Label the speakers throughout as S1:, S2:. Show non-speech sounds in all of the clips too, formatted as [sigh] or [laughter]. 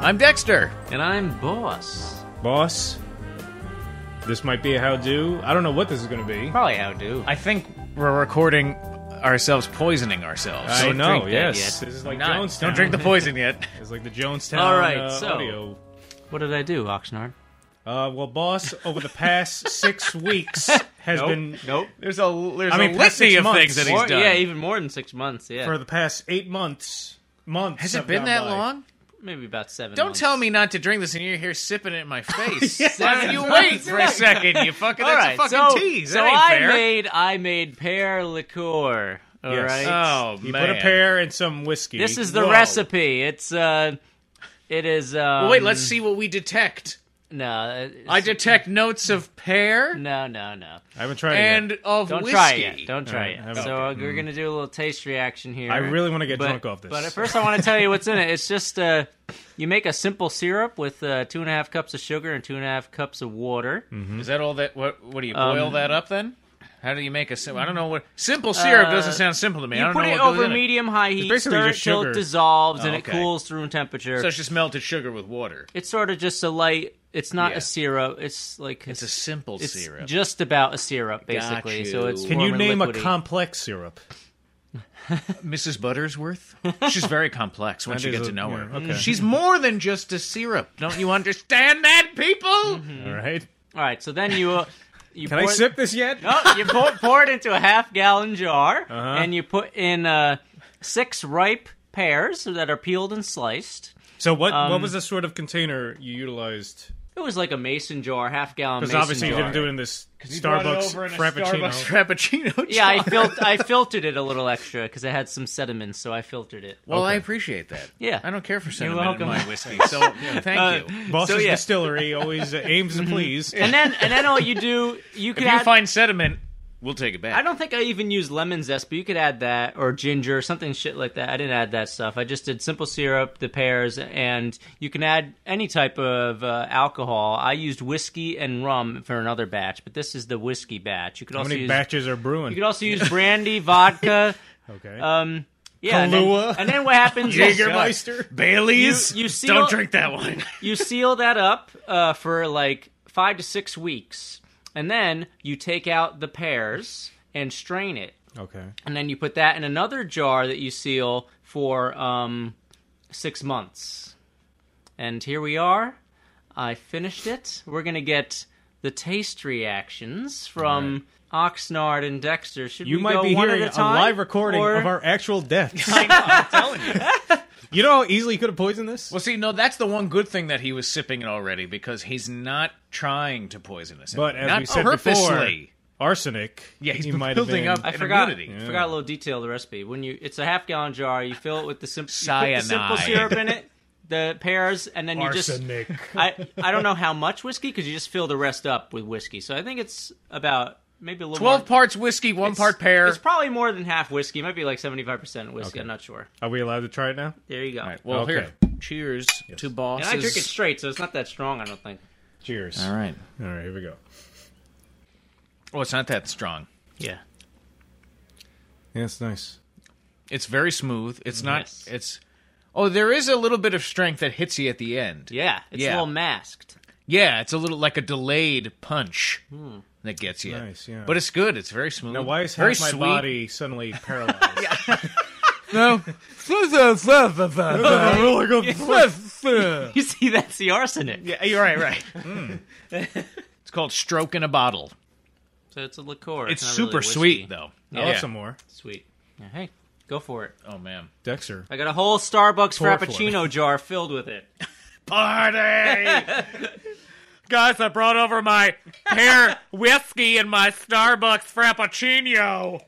S1: I'm Dexter, and I'm boss.
S2: Boss, this might be a how do. I don't know what this is going to be.
S3: Probably how do.
S1: I think we're recording ourselves poisoning ourselves.
S2: I
S3: Don't
S2: don't know.
S3: drink that
S2: Yes,
S3: yet.
S2: this is like
S3: Not-
S2: Jonestown.
S1: Don't drink the poison yet.
S2: [laughs] It's like the Jonestown.
S3: All right,
S2: uh,
S3: so-
S2: audio.
S3: What did I do, Oxnard?
S2: Uh, well, boss, over the past six weeks has been
S3: Nope.
S1: There's a there's
S2: I mean,
S1: a
S2: past
S1: litany
S2: six
S1: of
S2: months.
S1: things that he's
S3: More,
S1: done.
S3: yeah, even more than six months. Yeah,
S2: for the past eight months. Months.
S1: Has
S2: have
S1: it been
S2: gone
S1: that
S2: by.
S1: [laughs] long?
S3: maybe about seven.
S1: Don't
S3: months.
S1: tell me not to drink this, and you're here sipping it
S3: [laughs]
S1: in my face.
S2: Yes.
S1: Why don't you wait for a second? You fucking
S3: All right,
S1: that's a
S3: so,
S1: fucking tease.
S3: so
S1: that ain't
S3: I
S1: fair.
S3: made I made pear liqueur. All right.
S2: Yes.
S1: Oh
S2: You
S1: man.
S2: put a pear and some whiskey.
S3: This is the
S2: Whoa.
S3: recipe. It's uh, it is. Um,
S1: Well, wait, let's see what we detect.
S3: No,
S1: I detect notes of pear
S3: No, no, no.
S2: I haven't tried it.
S1: and
S2: Yet.
S1: of
S3: Don't
S1: whiskey.
S3: try it. yet. Don't
S2: All
S3: try
S2: right,
S3: it.
S2: I'm
S3: So
S2: okay.
S3: uh, we're gonna do a little taste reaction here.
S2: I really want to get
S3: but,
S2: drunk off this.
S3: But at first, I want to tell you what's in it. It's just uh, you make a simple syrup with uh, two and a half cups of sugar and two and a half cups of water.
S2: Mm-hmm.
S1: Is that all that? What? What do you
S3: Um,
S1: boil that up then? How do you make a simple? I don't know what simple syrup
S3: Uh,
S1: doesn't sound simple to me. I
S3: You
S1: don't
S3: put
S1: know
S3: it
S1: what goes
S3: over
S1: in
S3: medium high heat,
S2: basically
S3: stir it
S2: just
S3: till
S2: sugar.
S3: it dissolves,
S1: Oh,
S3: and
S1: okay.
S3: it cools through room temperature.
S1: It. So it's just melted sugar with water.
S3: it's sort of just a light. It's not
S1: Yeah.
S3: a syrup. It's like
S1: It's a simple
S3: it's
S1: syrup.
S3: just about a syrup, basically.
S1: you.
S3: So it's
S1: Can
S2: Can
S3: warm
S2: you
S3: and
S2: name a
S3: liquidy.
S2: complex syrup?
S1: Mrs.
S3: [laughs]
S1: Buttersworth. She's very complex once
S2: That
S1: you
S2: is
S1: get
S2: a-
S1: to know her.
S2: yeah, okay.
S1: She's more than just a syrup. Don't you understand that, people?
S3: Mm-hmm.
S2: All right.
S3: All right. So then you
S2: [laughs]
S3: uh, you
S2: Can I
S3: pour it-
S2: sip this yet?
S3: Oh, you pour, pour it into a half gallon jar,
S2: Uh-huh.
S3: and you put in uh, six ripe pears that are peeled and sliced.
S2: So what?
S3: Um,
S2: what was the sort of container you utilized?
S3: It was like a mason jar, half gallon.
S2: Because
S3: mason
S2: obviously you
S3: jar.
S2: didn't do it in this
S1: You brought it
S2: Starbucks
S1: over in a
S2: frappuccino.
S1: Starbucks frappuccino.
S3: Yeah, I
S1: jar.
S3: fil-
S2: [laughs]
S3: I filtered it a little extra because I had some sediments, so I filtered it.
S1: Well, I
S2: Okay.
S1: appreciate that.
S3: Yeah.
S1: I don't care for cinnamon
S3: welcome. Uh,
S1: in my
S3: [laughs]
S1: whiskey, so thank you.
S2: Boston's
S3: So, yeah.
S2: distillery always
S3: [laughs]
S2: uh, aims to please.
S3: And then and then all you do you
S1: If
S3: could
S1: you
S3: add.
S1: find sediment, we'll take it back.
S3: I don't think I even used lemon zest, but you could add that or ginger, something shit like that. I didn't add that stuff. I just did simple syrup, the pears, and you can add any type of uh, alcohol. I used whiskey and rum for another batch, but this is the whiskey batch. You could
S2: How
S3: also
S2: many
S3: use
S2: batches are
S3: you
S2: brewing?
S3: could also use brandy, vodka.
S2: Okay.
S3: Um, yeah, and then-
S2: Kahlua.
S3: And, then, what happens is [laughs]
S2: Jägermeister.
S1: Bailey's.
S3: You- you see
S1: [laughs] don't
S3: all-
S1: drink that one.
S3: you seal that up uh, for like five to six weeks, and then you take out the pears and strain it.
S2: Okay.
S3: and then you put that in another jar that you seal for um, six months. And here we are. I finished it. We're gonna get the taste reactions from Oxnard and Dexter. Should
S2: You
S3: we
S2: might
S3: go
S2: be
S3: one
S2: hearing
S3: at
S2: a
S3: a, time,
S2: live recording
S3: or-
S2: of our actual
S3: [laughs]
S2: deaths.
S1: I'm telling you.
S2: [laughs] you know how easily you could have poisoned this?
S1: Well, see, no, that's the one good thing that he was sipping it already because he's not trying to poison us.
S2: But as
S1: not
S2: we said
S1: purposely.
S2: before, arsenic.
S1: yeah, he's
S2: you
S1: been
S2: might have
S1: building
S2: been-
S1: up
S3: I
S1: an
S3: forgot.
S1: immunity.
S3: I forgot a little detail of the recipe. When you, it's a half gallon jar. You fill it with the, sim- you put the simple
S1: Cyanide.
S3: syrup in it, the pears, and then you just
S2: arsenic.
S3: I I don't know how much whiskey because you just fill the rest up with whiskey. So I think it's about maybe a little
S1: Twelve
S3: more-
S1: parts whiskey, one
S3: it's-
S1: part pear.
S3: It's probably more than half whiskey. It might be like seventy five percent whiskey. I'm not sure.
S2: Are we allowed to try it now?
S3: There you go.
S1: well,
S2: Okay.
S1: here, cheers to
S3: and
S1: bosses.
S3: I drink it straight, so it's not that strong. I don't think.
S2: Cheers.
S1: All right.
S2: All right, here we go.
S1: Oh, it's not that strong.
S3: Yeah.
S2: Yeah, it's nice.
S1: It's very smooth. It's not.
S3: Yes.
S1: It's. Oh, there is a little bit of strength that hits you at the end.
S3: Yeah. It's
S1: Yeah.
S3: a little masked. [laughs]
S1: Yeah, it's a little like a delayed punch
S3: Hmm.
S1: that gets you.
S2: Nice, yeah.
S1: But it's good. It's very smooth.
S2: Now, why is
S1: very
S2: half my
S1: sweet.
S2: body [laughs]
S1: [laughs]
S2: suddenly paralyzed? [laughs]
S1: No.
S3: You see, that's the arsenic.
S1: [laughs] Yeah, you're right, right.
S2: Hmm.
S3: [laughs]
S1: it's called Stroke in a Bottle.
S3: So it's a liqueur.
S1: It's,
S3: not really
S1: super
S3: whiskey.
S1: sweet, though.
S2: I love some more.
S3: Sweet. Yeah, hey, go for it.
S1: Oh, man.
S2: Dexter.
S3: I got a whole Starbucks
S2: Pour it for
S1: [laughs]
S3: Frappuccino jar filled with it.
S1: Party! [laughs] Guys, I brought over my pear whiskey and my Starbucks [laughs] Frappuccino.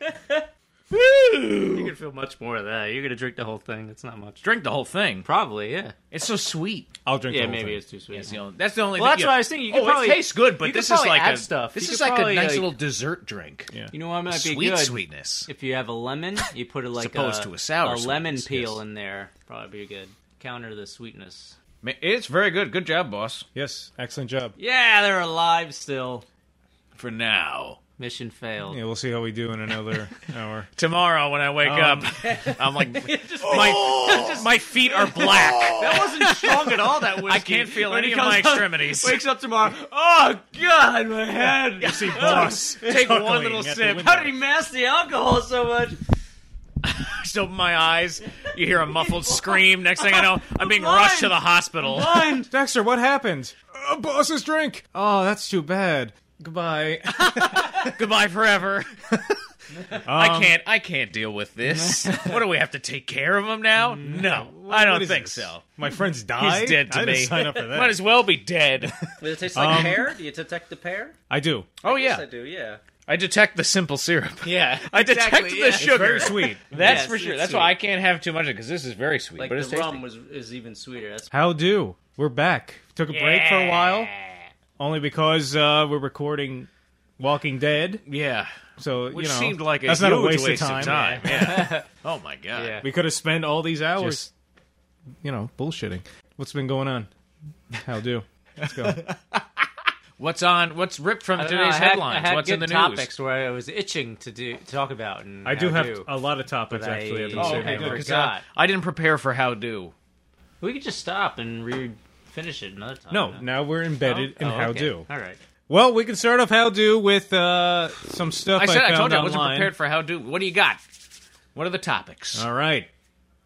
S3: You can feel much more of that. You're gonna drink the whole thing. It's not much.
S1: Drink the whole thing.
S3: Probably, yeah.
S1: It's so sweet.
S2: I'll drink
S3: Yeah,
S2: the whole
S3: maybe
S2: thing.
S3: it's too sweet.
S1: That's the only, that's the only
S3: Well,
S1: thing.
S3: that's
S1: you-
S3: what I was thinking. You could
S1: oh,
S3: probably-
S1: it tastes good, but
S3: you could
S1: this is
S3: probably
S1: like
S3: add
S1: a,
S3: stuff.
S1: This
S3: You
S1: is
S3: could
S1: like a
S3: probably,
S1: nice
S3: like-
S1: little dessert drink.
S2: Yeah.
S3: You know what might be
S1: Sweet
S3: good?
S1: sweetness.
S3: If you have a lemon, you put a, like
S1: opposed
S3: a,
S1: to a sour
S3: a lemon
S1: sweetness,
S3: peel
S1: yes.
S3: in there. Probably be good. Counter the sweetness.
S1: Ma- It's very good. Good job, boss.
S2: Yes, excellent job.
S3: Yeah, they're alive still.
S1: For now.
S3: Mission failed.
S2: Yeah, we'll see how we do in
S1: [laughs]
S2: another hour.
S1: Tomorrow when I wake
S2: Um,
S1: up, I'm like,
S3: [laughs]
S1: [laughs] my, my feet are [laughs] black.
S3: Oh, That wasn't strong at all. That whiskey.
S1: I can't feel
S3: When
S1: any
S3: he
S1: of
S3: comes
S1: my
S3: up-
S1: extremities.
S3: wakes up tomorrow. Oh God, my head.
S2: You [laughs] see, boss,
S1: Take one
S2: chuckling
S1: little
S2: at the
S1: sip.
S2: window.
S3: How did he mask the alcohol so much?
S1: Just open my eyes. You hear
S2: [laughs]
S1: a muffled scream. Next thing I know, I'm being
S3: blind.
S1: rushed to the hospital.
S3: Blind.
S2: Dexter, what happened? Uh, boss's drink. Oh, that's too bad. Goodbye.
S1: Goodbye forever.
S2: [laughs] Um,
S1: I can't. I can't deal with this.
S2: [laughs]
S1: what do we have to take care of him now? No, I
S2: Mm, What
S1: don't
S2: is
S1: think
S2: this?
S1: so.
S2: My friend's died.
S1: He's dead to
S2: I
S1: me.
S2: Didn't sign up for that.
S1: [laughs] Might as well
S2: [laughs]
S1: be dead.
S3: Does it taste like pear? Do you detect the pear?
S2: I do.
S1: [laughs] Oh
S3: Yes,
S1: yeah,
S3: I do. Yeah.
S1: I detect the simple syrup.
S3: Yeah.
S1: [laughs] I detect
S3: Exactly, yeah.
S1: the sugar.
S2: Very sweet.
S1: That's
S3: Yes,
S1: for sure.
S3: it's
S1: That's
S3: sweet.
S1: why I can't have too much of it because this is very sweet.
S3: Like
S1: but
S3: the
S1: it's tasty.
S3: rum was is even sweeter. That's
S2: How do? We're back. Took a break for a while, only because uh, we're recording Walking Dead.
S1: Yeah,
S2: So
S1: which
S2: you know,
S1: seemed like a
S2: that's
S1: huge
S2: not a waste, of time.
S1: yeah. oh my god.
S3: Yeah.
S2: We could have spent all these hours,
S1: Just-
S2: you know, bullshitting. What's been going on? How do? Let's go.
S1: What's on? What's ripped from
S3: I
S1: today's
S3: don't know, I had,
S1: headlines?
S3: I had
S1: What's
S3: good
S1: in the news?
S3: topics where I was itching to do to talk about. And
S2: I do
S3: how
S2: have a lot of topics
S3: But I-
S2: actually. I've been
S3: Oh,
S2: saving
S3: okay,
S2: for-
S3: good.
S1: Because,
S3: Forgot.
S1: uh, I didn't prepare for how do.
S3: We could just stop and re finish it another time.
S2: No, now we're embedded in
S3: Oh,
S2: how
S3: okay.
S2: do.
S3: All right.
S2: Well, we can start off how do with uh, some stuff
S1: I said I,
S2: found
S1: told you I wasn't
S2: online.
S1: prepared for how do. What do you got? What are the topics?
S2: All right.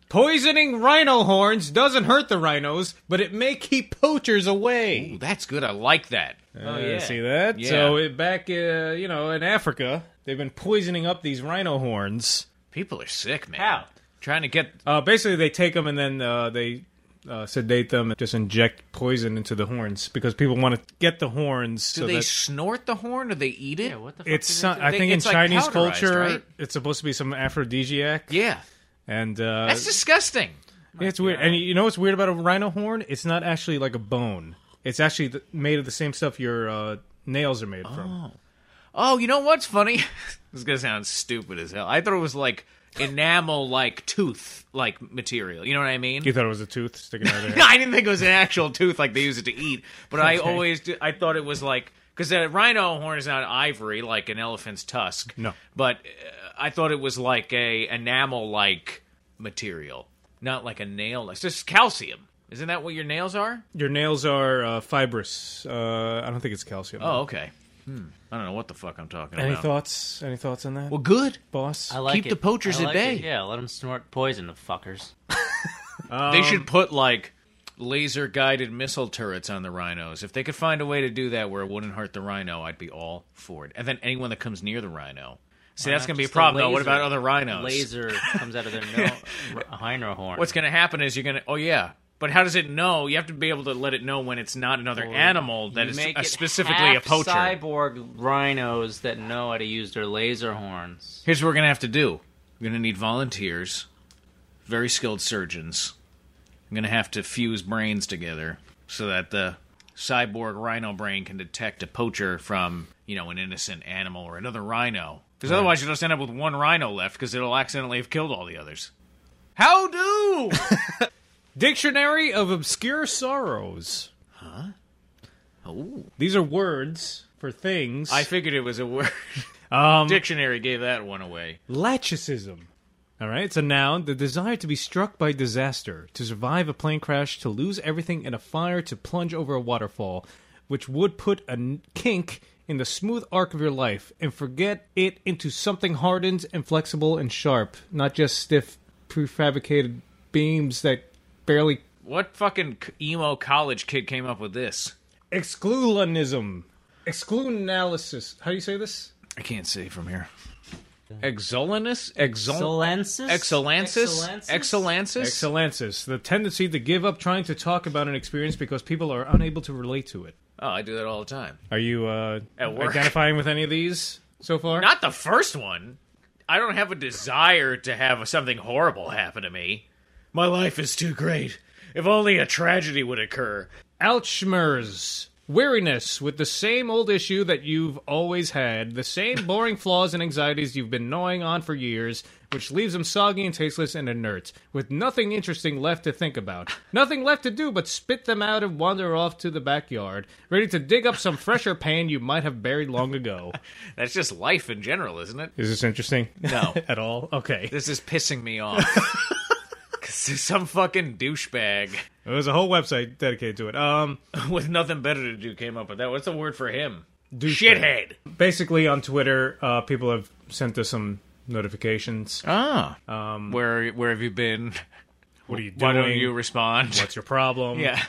S2: Poisoning rhino horns doesn't hurt the rhinos, but it may keep poachers away.
S1: Ooh, that's good. I like that.
S3: Oh
S2: Uh,
S3: yeah.
S2: See that?
S1: Yeah.
S2: So it, back, uh, you know, in Africa, they've been poisoning up these rhino horns.
S1: People are sick, man.
S3: How?
S1: Trying to get
S2: Uh, basically, they take them and then uh, they uh, sedate them and just inject poison into the horns because people want to get the horns.
S1: Do
S2: so
S1: they
S2: that
S1: snort the horn or they eat it?
S3: Yeah. What the fuck?
S2: it's
S3: did they
S2: some,
S3: do?
S2: I
S1: They-
S2: think in
S1: it's like
S2: Chinese
S1: powderized,
S2: culture,
S1: right?
S2: it's supposed to be some aphrodisiac.
S1: Yeah.
S2: And uh,
S1: That's disgusting.
S2: Yeah, it's weird. And you know what's weird about a rhino horn? It's not actually like a bone. It's actually th- made of the same stuff your uh, nails are made from.
S1: Oh, you know what's funny? [laughs] this is gonna sound stupid as hell. I thought it was like enamel like tooth like material. You know what I mean?
S2: You thought it was a tooth sticking out
S1: [laughs]
S2: of
S1: No,
S2: there.
S1: [laughs] I didn't think it was an actual tooth like they use it to eat,
S2: [laughs]
S1: but I always did, I thought it was like because a rhino horn is not ivory like an elephant's tusk.
S2: No.
S1: but uh, I thought it was like a enamel like material, not like a nail. It's just calcium. Isn't that what your nails are?
S2: Your nails are uh, fibrous. Uh, I don't think it's calcium.
S1: Oh, okay. Hmm. I don't know what the fuck I'm talking
S2: Any
S1: about.
S2: thoughts? Any thoughts on that,
S1: Well, good.
S2: boss?
S3: I like
S1: keep
S3: it.
S1: the poachers
S3: I
S1: at
S3: like
S1: bay.
S3: it. Yeah. Let them snort poison, the fuckers. Um,
S1: they should put like laser guided missile turrets on the rhinos. If they could find a way to do that where it wouldn't hurt the rhino, I'd be all for it. And then anyone that comes near the rhino. See, that's
S3: not
S1: going to be a
S3: just the
S1: problem, though. What
S3: laser-
S1: about other rhinos? [laughs]
S3: Laser comes out of their no- r- rhino horn.
S1: What's going to happen is you're going to, oh, yeah. But how does it know? You have to be able to let it know when it's not another animal that
S3: You
S1: is
S3: make
S1: a,
S3: it
S1: specifically a
S3: half
S1: poacher.
S3: Cyborg rhinos that know how to use their laser horns.
S1: Here's what we're going to have to do we're going to need volunteers, very skilled surgeons. I'm going to have to fuse brains together so that the cyborg rhino brain can detect a poacher from, you know, an innocent animal or another rhino. Because otherwise, you'll just end up with one rhino left because it'll accidentally have killed all the others. How [laughs] do?
S2: Dictionary of obscure sorrows.
S1: Ooh.
S2: These are words for things.
S1: Oh. I figured it was a [laughs] word.
S2: um,
S1: Dictionary gave that one away.
S2: Lachecism. All right, it's a noun, the desire to be struck by disaster, to survive a plane crash, to lose everything in a fire, to plunge over a waterfall, which would put a n- kink in the smooth arc of your life and forget it into something hardened and flexible and sharp, not just stiff prefabricated beams that barely
S1: What fucking emo college kid came up with this?
S2: exclusionism. Exclusionalysis. How do you say this?
S1: I can't see from here. Exolinus? Exol-
S3: Excellensis?
S1: Excellensis? Excellensis?
S2: Excellensis, the tendency to give up trying to talk about an experience because people are unable to relate to it.
S1: Oh, I do that all the time.
S2: Are you uh,
S1: At work.
S2: identifying with any of these so far?
S1: Not the first one. I don't have a desire to have something horrible happen to me. My life is too great. If only a tragedy would occur.
S2: Alzheimer's. Weariness with the same old
S1: [laughs]
S2: issue that you've always had, the same boring flaws and anxieties you've been gnawing on for years, which leaves them soggy and tasteless and inert, with nothing interesting left to think about. Nothing left to do but spit them out and wander off to the backyard, ready to dig up some fresher pan you might have buried long ago.
S1: That's just life in general, isn't it?
S2: Is this interesting?
S1: No.
S2: [laughs] At all? Okay.
S1: This is pissing me [laughs] off. 'Cause there's some fucking douchebag
S2: There's a whole website dedicated to it. Um,
S1: with nothing better to do came up with that. What's the word for him?
S2: Douchebag. basically on Twitter, uh, people have sent us some notifications.
S1: Ah. Um, where where have you been?
S2: What are you doing?
S1: Why don't you respond?
S2: What's your problem?
S1: [laughs] yeah.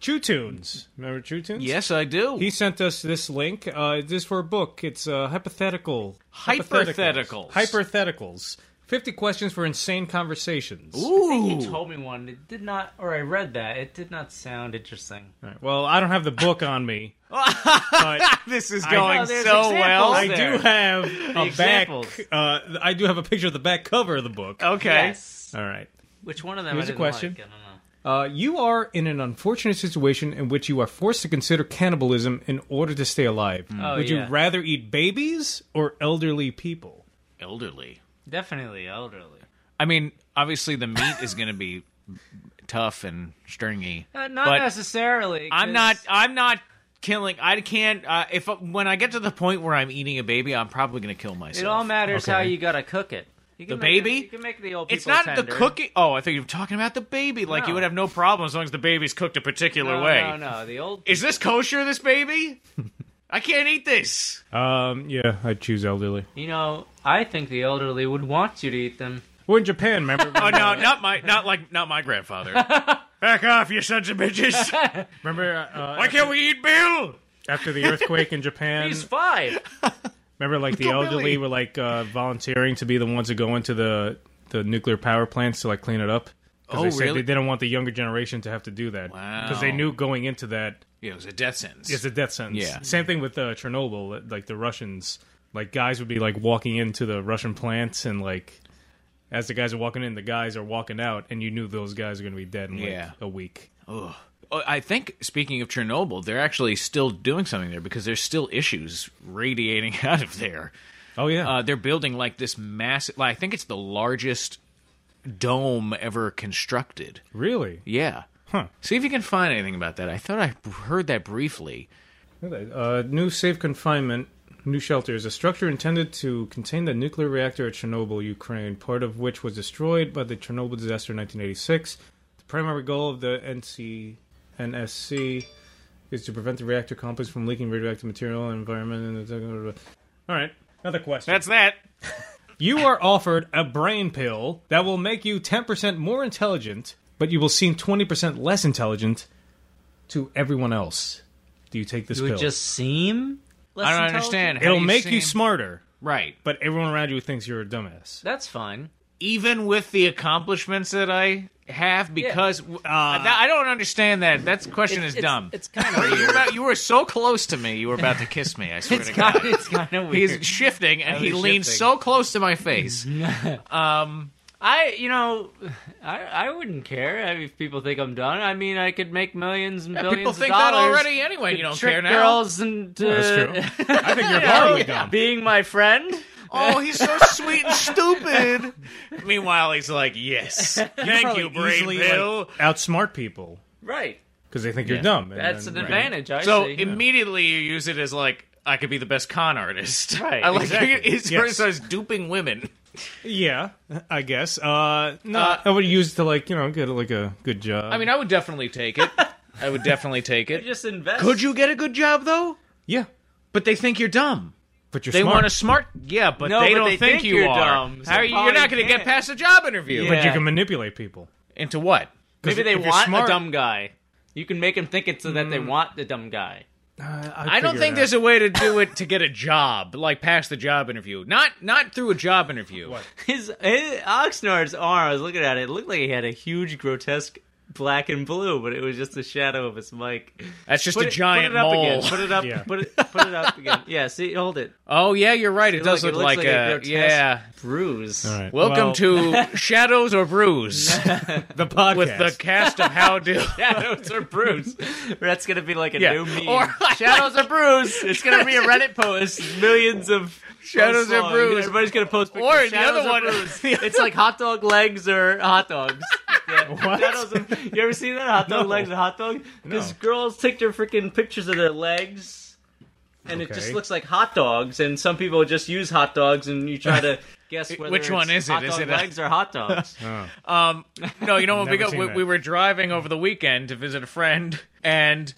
S2: Chew Tunes. Remember Chew Tunes?
S1: Yes, I do.
S2: He sent us this link. Uh, this is for a book. It's uh, hypothetical.
S1: Hypotheticals.
S2: Hypotheticals. Fifty questions for insane conversations.
S1: Ooh.
S3: You told me one. It did not, or I read that. It did not sound interesting.
S2: All right, Well, I don't have the book on
S1: [laughs]
S2: me, but
S1: This is
S2: going
S1: going
S3: so
S1: so well.
S3: well.
S2: I
S3: Oh, There.
S2: do have a back.
S3: examples.
S2: Uh, I do have a picture of the back cover of the book.
S1: [laughs] Okay.
S3: Yes.
S2: All right.
S3: Which one of them?
S2: Here's a
S3: I didn't
S2: question.
S3: Like? I don't know.
S2: Uh, you are in an unfortunate situation in which you are forced to consider cannibalism in order to stay alive.
S3: Oh,
S2: Would
S3: yeah.
S2: you rather eat babies or elderly people?
S1: Elderly.
S3: Definitely elderly.
S1: I mean, obviously the meat is going to be tough and stringy.
S3: Uh, not
S1: but
S3: necessarily.
S1: I'm
S3: 'cause-
S1: not. I'm not killing. I can't. Uh, if when I get to the point where I'm eating a baby, I'm probably going to kill myself.
S3: It all matters
S2: Okay.
S3: how you gotta cook it. You can
S1: The
S3: make it-
S1: baby?
S3: you can make the old.
S1: It's
S3: people
S1: not the
S3: tender.
S1: cooking. Oh, I thought you were talking about the baby. Like you
S3: No.
S1: would have no problem as long as the baby's cooked a particular
S3: No,
S1: way.
S3: no, no. The old.
S1: Is this kosher? This
S3: [laughs]
S1: baby? I can't eat this.
S3: Uh,
S2: Um, yeah, I'd choose elderly.
S3: You know, I think the elderly would want you to eat them.
S2: We're in Japan, remember?
S1: Oh no, not my, not like, not my grandfather.
S3: [laughs]
S1: Back off, you sons of bitches!
S2: remember uh,
S1: Why can't we eat Bill?
S2: after the earthquake in Japan?
S3: He's five.
S2: Remember, like the
S1: Go
S2: elderly
S1: Billy.
S2: were like uh, volunteering to be the ones that go into the the nuclear power plants to like clean it up. 'Cause
S1: Oh,
S2: they said
S1: really?
S2: They didn't want the younger generation to have to do that
S1: Wow.
S2: they knew going into that
S1: Yeah, it was a death sentence.
S2: It's a death sentence.
S1: Yeah.
S2: Same thing with uh, Chernobyl. Like the Russians, like guys would be like walking into the Russian plants, and like as the guys are walking in, the guys are walking out, and you knew those guys are going to be dead in like
S1: Yeah.
S2: a week.
S1: Ugh. Oh, I think speaking of Chernobyl, they're actually still doing something there because there's still issues radiating [laughs] out of there.
S2: Oh yeah.
S1: Uh, they're building like this massive. Like, I think it's the largest dome ever constructed.
S2: really?
S1: Yeah.
S2: Huh.
S1: See if you can find anything about that. I thought I heard that briefly.
S2: Uh, new safe confinement, new shelter is a structure intended to contain the nuclear reactor at Chernobyl, Ukraine, part of which was destroyed by the Chernobyl disaster in 1986. The primary goal of the NC NSC is to prevent the reactor complex from leaking radioactive material and environment. And all right, another question.
S1: that.
S2: You are offered a brain pill that will make you 10% more intelligent, but you will seem 20% less intelligent to everyone else. Do you take this
S3: Would
S2: pill?
S3: just seem. Less
S1: I don't
S3: intelligent?
S1: understand. How
S2: It'll
S1: do
S2: make you
S1: seem-
S2: smarter,
S1: Right.
S2: but everyone around you thinks you're a dumbass.
S3: That's fine.
S1: Even with the accomplishments that I have, because uh, that, I don't understand that. That question is dumb.
S3: It's [laughs] kind of
S1: you, were
S3: weird.
S1: about- you were so close to me. You were about to kiss me. I swear
S3: It's
S1: to God.
S3: kind. It's kind of weird.
S1: [laughs] He's shifting, and he
S3: was
S1: leans
S3: shifting.
S1: so close to my [laughs] face.
S3: [laughs]
S1: Um,
S3: I, you know, I, I wouldn't care I mean, if people think I'm done. I mean, I could make millions and billions
S1: People
S3: of
S1: think that
S3: dollars.
S1: already anyway. You don't
S3: trick
S1: care now.
S3: girls into
S2: That's
S3: [laughs]
S2: true. I [laughs] think you're
S3: you know,
S2: horribly dumb.
S3: being my friend.
S1: Oh, he's
S3: [laughs]
S1: so sweet and stupid. [laughs] Meanwhile, he's like, [laughs] "Yes, thank
S2: Probably
S1: you, brain
S2: easily,
S1: pill."
S2: like, outsmart people
S3: Right.
S2: because they think you're dumb. and
S3: That's
S2: then-
S3: an advantage. I
S1: so
S3: see.
S1: immediately you use it as like, "I could be the best con artist."
S3: Right,
S1: [laughs] I like
S2: exactly.
S1: his
S2: Yes.
S1: first starts duping women.
S2: Yeah, I guess. Uh, no,
S1: Uh,
S2: I would use it to like you know get like a good job.
S1: I mean, I would definitely take it. I would definitely take it.
S3: just invest.
S1: [laughs] Could you get a good job though?
S2: yeah,
S1: But they think you're dumb.
S2: but you're
S1: They
S2: smart.
S1: want a smart, yeah, but
S3: No,
S1: they
S3: but
S1: don't
S3: they
S1: think,
S3: think
S1: you
S3: you're
S1: are.
S3: dumb, so
S1: How are you,
S3: probably
S1: you're not going to get
S3: can't.
S1: past a job interview.
S3: Yeah.
S2: but you can manipulate people.
S1: Into what?
S3: Maybe they
S2: if you're
S3: want
S2: smart-
S3: a dumb guy. You can make them think it's so that they want the dumb guy.
S2: Uh,
S1: I don't think there's a way to do it to get a job, like pass the job interview. Not not through a job interview.
S3: His, his Oxnard's arm. I was looking at it. It looked like he had a huge grotesque black and blue, but it was just the shadow of his mic.
S1: That's just
S3: Put
S1: a
S3: it-
S1: giant
S3: put it up
S1: mole.
S3: Again. Put it up.
S2: Yeah.
S3: Put it. Put it up again. Yeah. See, hold it.
S1: Oh yeah, you're right. It,
S3: It
S1: does
S3: look-
S1: look,
S3: it
S1: like,
S3: looks like a
S1: a,
S3: grotesque-
S1: yeah.
S3: Bruise.
S2: All right.
S1: Welcome
S2: Well,
S1: to Shadows or Brews
S2: the podcast.
S1: with the cast of How Do.
S3: [laughs] [laughs] Shadows or [laughs] bruise. That's gonna be like a
S1: Yeah.
S3: new meme.
S1: [laughs] Or-
S3: [laughs] Shadows or bruise. It's gonna be a Reddit post. Millions of
S1: Shadows
S3: posts
S1: or
S3: long.
S1: bruise.
S3: Everybody's gonna post pictures.
S1: Or
S3: of
S1: [laughs] the
S3: shadows
S1: other
S3: or
S1: one-
S3: bruise. It's like hot dog legs or hot dogs. [laughs] Yeah.
S2: What?
S3: Shadows of- you ever seen that hot dog
S2: No.
S3: legs and hot dog? Because
S2: No.
S3: girls take their freaking pictures of their legs, and it just
S2: Okay.
S3: looks like hot dogs. And some people just use hot dogs, and you try
S1: [laughs]
S3: to. Guess whether
S1: Which one
S3: it's
S1: is it?
S3: Hot
S1: Is
S3: dog
S1: it a-
S3: legs or hot
S1: [laughs]
S3: dogs?
S2: Oh.
S1: Um, [laughs] no, you know what? we,
S2: Never
S1: got,
S2: seen
S1: we,
S2: that.
S1: we were driving over the weekend to visit a friend, and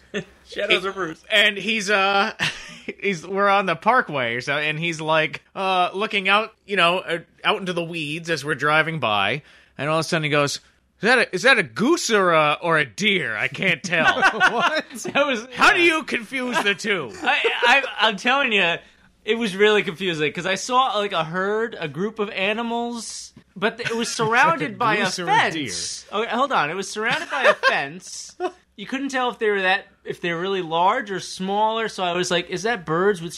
S3: Shadows or bruise.
S1: and he's uh [laughs] he's we're on the parkway or so and he's like uh looking out you know uh, out into the weeds as we're driving by and all of a sudden he goes is that a, is that a goose or a or a deer i can't
S3: [laughs]
S1: tell
S3: [laughs] That was
S1: how do you confuse the two
S3: I, I, I'm telling you, it was really confusing because I saw like a herd, a group of animals, but th- it was surrounded by a
S2: goose or a
S3: fence. Okay, hold on, it was surrounded by a fence. You couldn't tell if they were that if they were really large or smaller. So I was like, is that birds with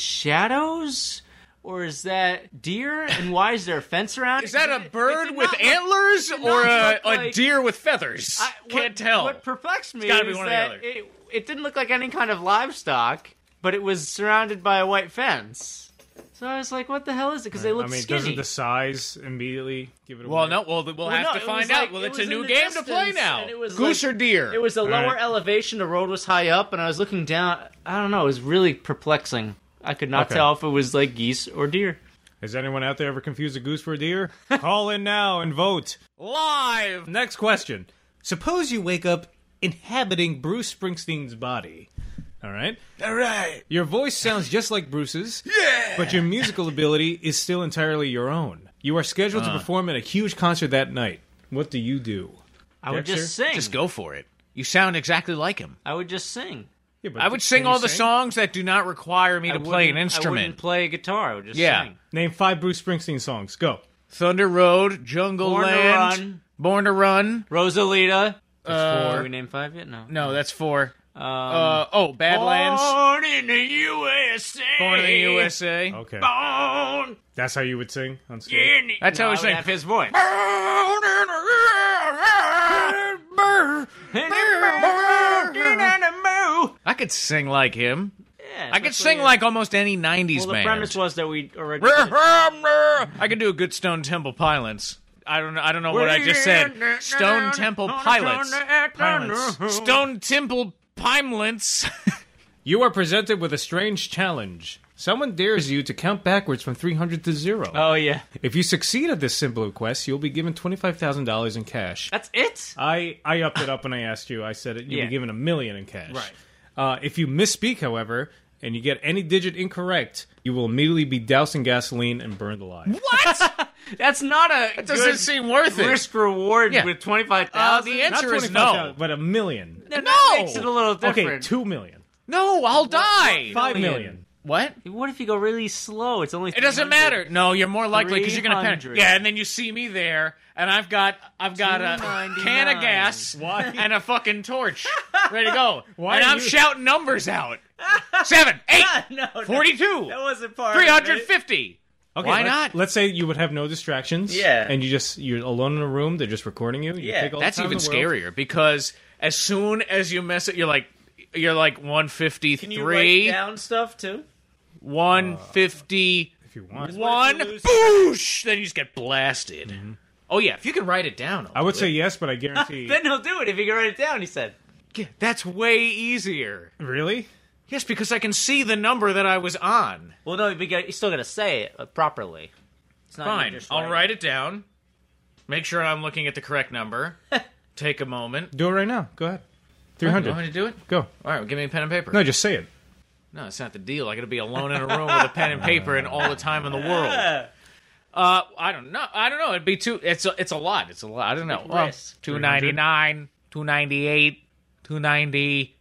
S3: shadows? Or is that deer? And why is there a fence around?
S1: is that
S3: It-
S1: a
S3: it
S1: bird
S3: did
S1: with
S3: not look-
S1: antlers
S3: did
S1: or
S3: not
S1: a,
S3: look
S1: a
S3: like-
S1: deer with feathers
S3: I-
S1: can't
S3: what-
S1: tell
S3: What perplexed me
S1: gotta be
S3: is
S1: one or the
S3: that
S1: other.
S3: it, it didn't look like any kind of livestock, but it was surrounded by a white fence. So I was like, "What the hell is it?" Because they
S2: I
S3: look
S2: mean,
S3: skinny.
S2: doesn't the size immediately give it away?
S1: well no well th- we'll
S3: Well,
S1: have
S3: no,
S1: to
S3: it
S1: find
S3: was
S1: out
S3: like-
S1: well
S3: it
S1: it's a
S3: was in
S1: new
S3: the
S1: game to play
S3: distance,
S1: now
S3: and it was
S1: goose
S3: like-
S1: or deer
S3: It was a lower
S2: right.
S3: elevation. The road was high up, and I was looking down. I don't know. It was really perplexing. I could not
S2: Okay.
S3: tell if it was like geese or deer.
S2: Has anyone out there ever confused a goose for a [laughs] deer? Call in now and vote.
S1: live
S2: Next question. Suppose you wake up inhabiting Bruce Springsteen's body. All right?
S1: all right
S2: Your voice sounds just like Bruce's, but your musical ability is still entirely your own. You are scheduled to perform at a huge concert that night. What do you do?
S3: I would just
S2: Dexter?
S3: sing.
S1: just go for it you sound exactly like him
S3: I would just sing.
S2: Yeah, but
S1: I would
S2: can
S1: sing
S2: you
S1: all the songs that do not require me
S3: I
S1: to play an
S3: wouldn't- I wouldn't
S1: instrument.
S3: play a guitar. I would just
S1: Yeah.
S3: sing.
S2: Name five Bruce Springsteen songs. Go.
S1: Thunder Road, Jungle
S3: Born to
S1: Land,
S3: Run.
S1: Born to Run.
S3: Rosalita.
S1: Uh,
S3: Did we name five yet? No.
S1: No, that's four.
S3: Um,
S1: Uh, oh, Badlands,
S3: Born in the USA.
S1: Born in the USA.
S2: Okay.
S3: Born
S2: That's how you would sing on stage?
S3: in the
S1: That's how
S3: No,
S1: we
S3: I would
S1: sing.
S3: have his voice.
S1: I could sing like him.
S3: Yeah,
S1: I could
S3: that's
S1: sing
S3: what
S1: like almost any '90s
S3: we- Well, the
S1: band.
S3: premise was that we already. did.
S1: I could do a good Stone Temple Pilots. I don't know. I don't know what I just said. Stone Temple Pilots. Pilots. Stone Temple [laughs] Pilots.
S2: You are presented with a strange challenge. Someone dares you to count backwards from 300 to 0.
S3: Oh yeah,
S2: if you succeed at this simple request, you'll be given $25,000 in cash.
S3: that's it.
S2: I, I upped it up when I asked you. I said it, you'll
S3: Yeah.
S2: be given a million in cash.
S3: Right.
S2: Uh, if you misspeak, however, and you get any digit incorrect, you will immediately be doused in gasoline and burned alive.
S1: What?
S3: That's not a
S1: It doesn't
S3: good
S1: seem worth it.
S3: risk reward
S1: Yeah.
S3: with twenty five
S1: Uh,
S3: thousand.
S1: the answer is
S2: 25,000,
S1: no.
S2: But a million.
S1: No!
S3: makes it a little different.
S2: Okay, 2 million.
S1: No, I'll die.
S2: Five million.
S3: Million.
S1: What?
S3: What if you go really slow? It's only
S1: It doesn't matter. No, you're more likely because you're gonna panic.
S3: 300.
S1: Yeah, and then you see me there, and I've got I've got a
S3: 299.
S1: can of gas
S2: Why?
S1: and a fucking torch ready to
S3: [laughs]
S1: go,
S2: Why
S1: and
S2: are
S1: I'm
S2: you-
S1: shouting numbers out: seven, eight,
S3: [laughs] no, no,
S1: forty-two,
S3: That wasn't part. of it.
S1: three hundred fifty.
S2: Okay,
S1: Why
S2: let-
S1: not?
S2: Let's say you would have no distractions.
S3: Yeah.
S2: And you just you're alone in a room. They're just recording you. you
S3: Yeah.
S2: take all the
S1: That's
S2: time in
S1: even
S2: the world.
S1: scarier because as soon as you mess it, you're like you're like one fifty
S3: Can you
S1: three,
S3: write down stuff too? [laughs]
S1: one fifty
S2: If you want,
S1: one,
S3: What if you lose-
S1: boosh. Then you just get blasted. Oh yeah, if you can write it down, I'll
S2: Mm-hmm. I would
S1: do
S2: say
S1: it.
S2: yes, but I
S1: [laughs]
S2: guarantee.
S3: Then he'll do it if he can write it down. He said.
S1: Yeah, that's way easier.
S2: really?
S1: Yes, because I can see the number that I was on.
S3: Well, no, you got- you still got to say it uh, properly. It's not you
S1: Fine.
S3: just
S1: I'll
S3: writing.
S1: write it down. Make sure I'm looking at the
S3: [laughs]
S1: correct number. Take a moment.
S2: Do it right now. Go ahead. Three
S1: You want me
S2: hundred.
S1: to do it?
S2: Go.
S1: All right, well, give me a pen and paper.
S2: No, just say it.
S1: No, it's not the deal. I got to be alone in a room with a pen and paper and all the time in the world.
S3: [laughs]
S1: Uh, I don't know. I don't know. It'd be too. It's a, it's a lot. It's a lot. I don't know.
S3: Big
S1: Well,
S3: risk.
S1: two ninety nine, two ninety eight, two ninety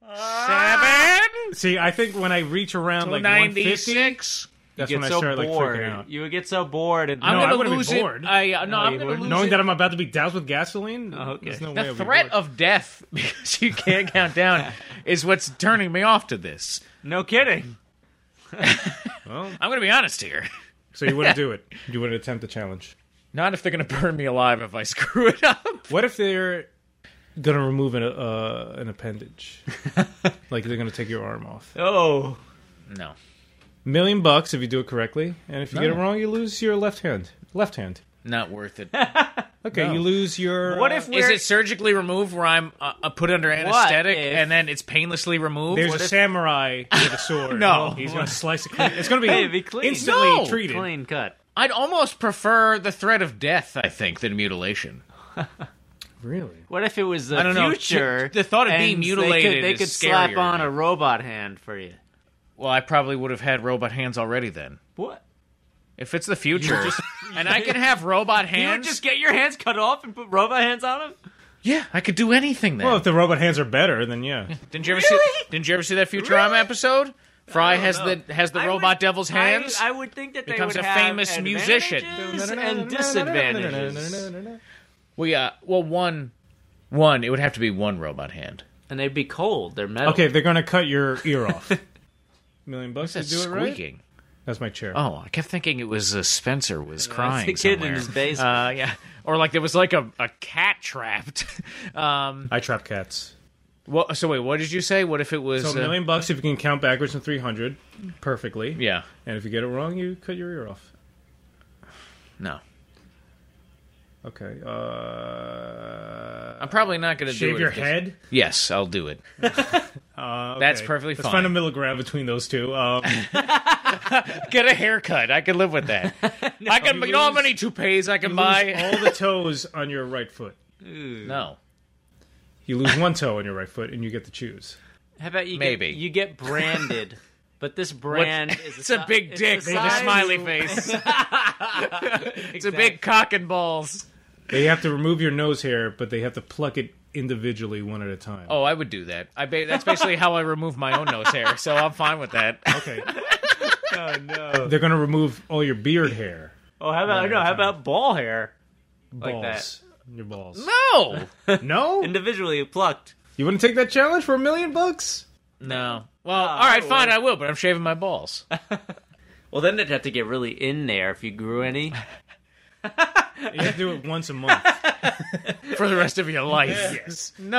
S1: seven,
S3: Ah.
S2: See, I think when I reach around
S1: two
S2: like
S1: ninety
S2: 150,
S1: six.
S2: That's
S3: get
S2: when I
S3: so
S2: started, like, freaking
S3: bored.
S2: out.
S3: You would get so bored, and
S1: I'm
S2: No, I
S1: gonna
S2: would've been
S1: lose it.
S2: bored.
S1: I uh, no, I'm
S3: you
S1: gonna
S3: wouldn't.
S1: lose
S2: Knowing
S1: it.
S2: that I'm about to be doused with gasoline,
S3: okay.
S2: there's no way
S1: Oh, the
S2: I'd be
S1: threat
S2: bored.
S1: of death [laughs] because you can't
S3: [laughs]
S1: count down is what's turning me off to this.
S3: no kidding.
S2: Well,
S1: I'm gonna be honest here.
S2: so you
S1: [laughs]
S2: wouldn't do it. You wouldn't attempt the challenge.
S1: Not if they're gonna burn me alive if I [laughs] screw it up.
S2: What if they're gonna remove an uh, an
S1: [laughs]
S2: appendage? like they're gonna take your arm off.
S3: Oh,
S1: No.
S2: Million bucks if you do it correctly, and if you get it
S1: No.
S2: wrong, you lose your left hand. Left hand.
S1: Not worth it.
S2: Okay,
S1: No.
S2: you lose your.
S3: what
S2: uh,
S3: if [laughs]
S1: Is
S3: we're
S1: it surgically removed where I'm uh, uh, put under anesthetic
S3: if-
S1: and then it's painlessly removed?
S2: There's
S1: What
S2: a
S1: if-
S2: samurai with a sword.
S1: No.
S2: he's gonna slice it. Clean. It's
S3: [laughs]
S2: gonna be,
S3: Hey, it'd be clean.
S2: instantly
S1: No.
S2: treated.
S3: clean cut?
S1: I'd almost prefer the threat of death, I think, than mutilation.
S2: Really?
S3: What if it was the
S1: I don't know.
S3: future?
S1: [laughs] The thought of
S3: and
S1: being
S3: they could,
S1: mutilated
S3: they
S1: is
S3: could slap
S1: scarier.
S3: on a robot hand for you.
S1: Well, I probably would have had robot hands already then.
S3: What?
S1: If it's the future, [laughs] and I can have robot
S3: You would
S1: hands,
S3: just get your hands cut off and put robot hands on them?
S1: yeah, I could do anything then.
S2: Well, if the robot hands are better, then yeah.
S1: Didn't you ever
S3: Really?
S1: see? Didn't you ever see that Futurama
S3: Really?
S1: episode? Fry has the has the
S3: I
S1: robot
S3: would-
S1: devil's
S3: I-
S1: hands.
S3: I, would think that they
S1: Becomes
S3: would
S1: a
S3: have
S1: famous musician.
S3: advantages and
S2: [laughs]
S3: disadvantages,
S1: well, yeah. uh, Well, one, one. It would have to be one robot hand.
S3: and they'd be cold. They're metal.
S2: Okay, they're gonna cut your ear off. Million bucks to
S1: That's
S2: do it right.
S1: squeaking.
S2: That's my chair.
S1: Oh, I kept thinking it was uh, Spencer was crying.
S3: the kid in
S1: somewhere.
S3: his basement.
S1: Uh, yeah, or like there was like a, a cat trapped. [laughs] um,
S2: I trap cats.
S1: what, so wait, what did you say? What if it was?
S2: So a
S1: uh,
S2: million bucks if you can count backwards from 300 perfectly.
S1: yeah,
S2: And if you get it wrong, you cut your ear off.
S1: no,
S2: Okay. Uh,
S1: I'm probably not going to do
S2: shave
S1: it
S2: your
S1: if this-
S2: head.
S1: Yes, I'll do it.
S2: [laughs] Uh,
S1: [laughs] That's
S2: okay.
S1: perfectly
S2: Let's
S1: fine.
S2: find a middle ground between those two.
S1: [laughs]
S2: Um,
S1: Get a haircut. I could live
S2: [laughs]
S1: with that. I can. You know how many toupees I can
S2: lose
S1: buy?
S2: all the toes on your right foot.
S1: No.
S2: You lose one toe on your right foot, and you get to choose.
S3: How about you?
S1: Maybe.
S3: get, you [laughs] get branded, but this
S1: [laughs]
S3: brand [laughs] is
S1: It's a big dick with a smiley
S3: [laughs]
S1: face. [laughs] It's a big cock and balls.
S2: They have to remove your nose hair, but they have to pluck it individually, one at a time.
S1: Oh, I would do that. I ba- that's basically how I remove my own nose hair, so I'm fine with that.
S2: Okay.
S3: Oh no!
S2: They're gonna remove all your beard hair,
S3: Oh, how about no? How about ball hair?
S2: balls,
S3: that.
S2: your balls.
S1: [laughs] No,
S2: No,
S3: Individually plucked.
S2: you wouldn't take that challenge for a million bucks.
S1: no.
S3: Oh,
S1: Well, all right,
S3: I
S1: fine,
S3: would.
S1: I will, but I'm shaving my balls.
S3: Well, then they'd have to get really in there if you grew [laughs] any.
S2: You have to do it once a
S1: [laughs]
S2: month.
S1: for the rest of
S3: [laughs]
S1: your life. Yes. No.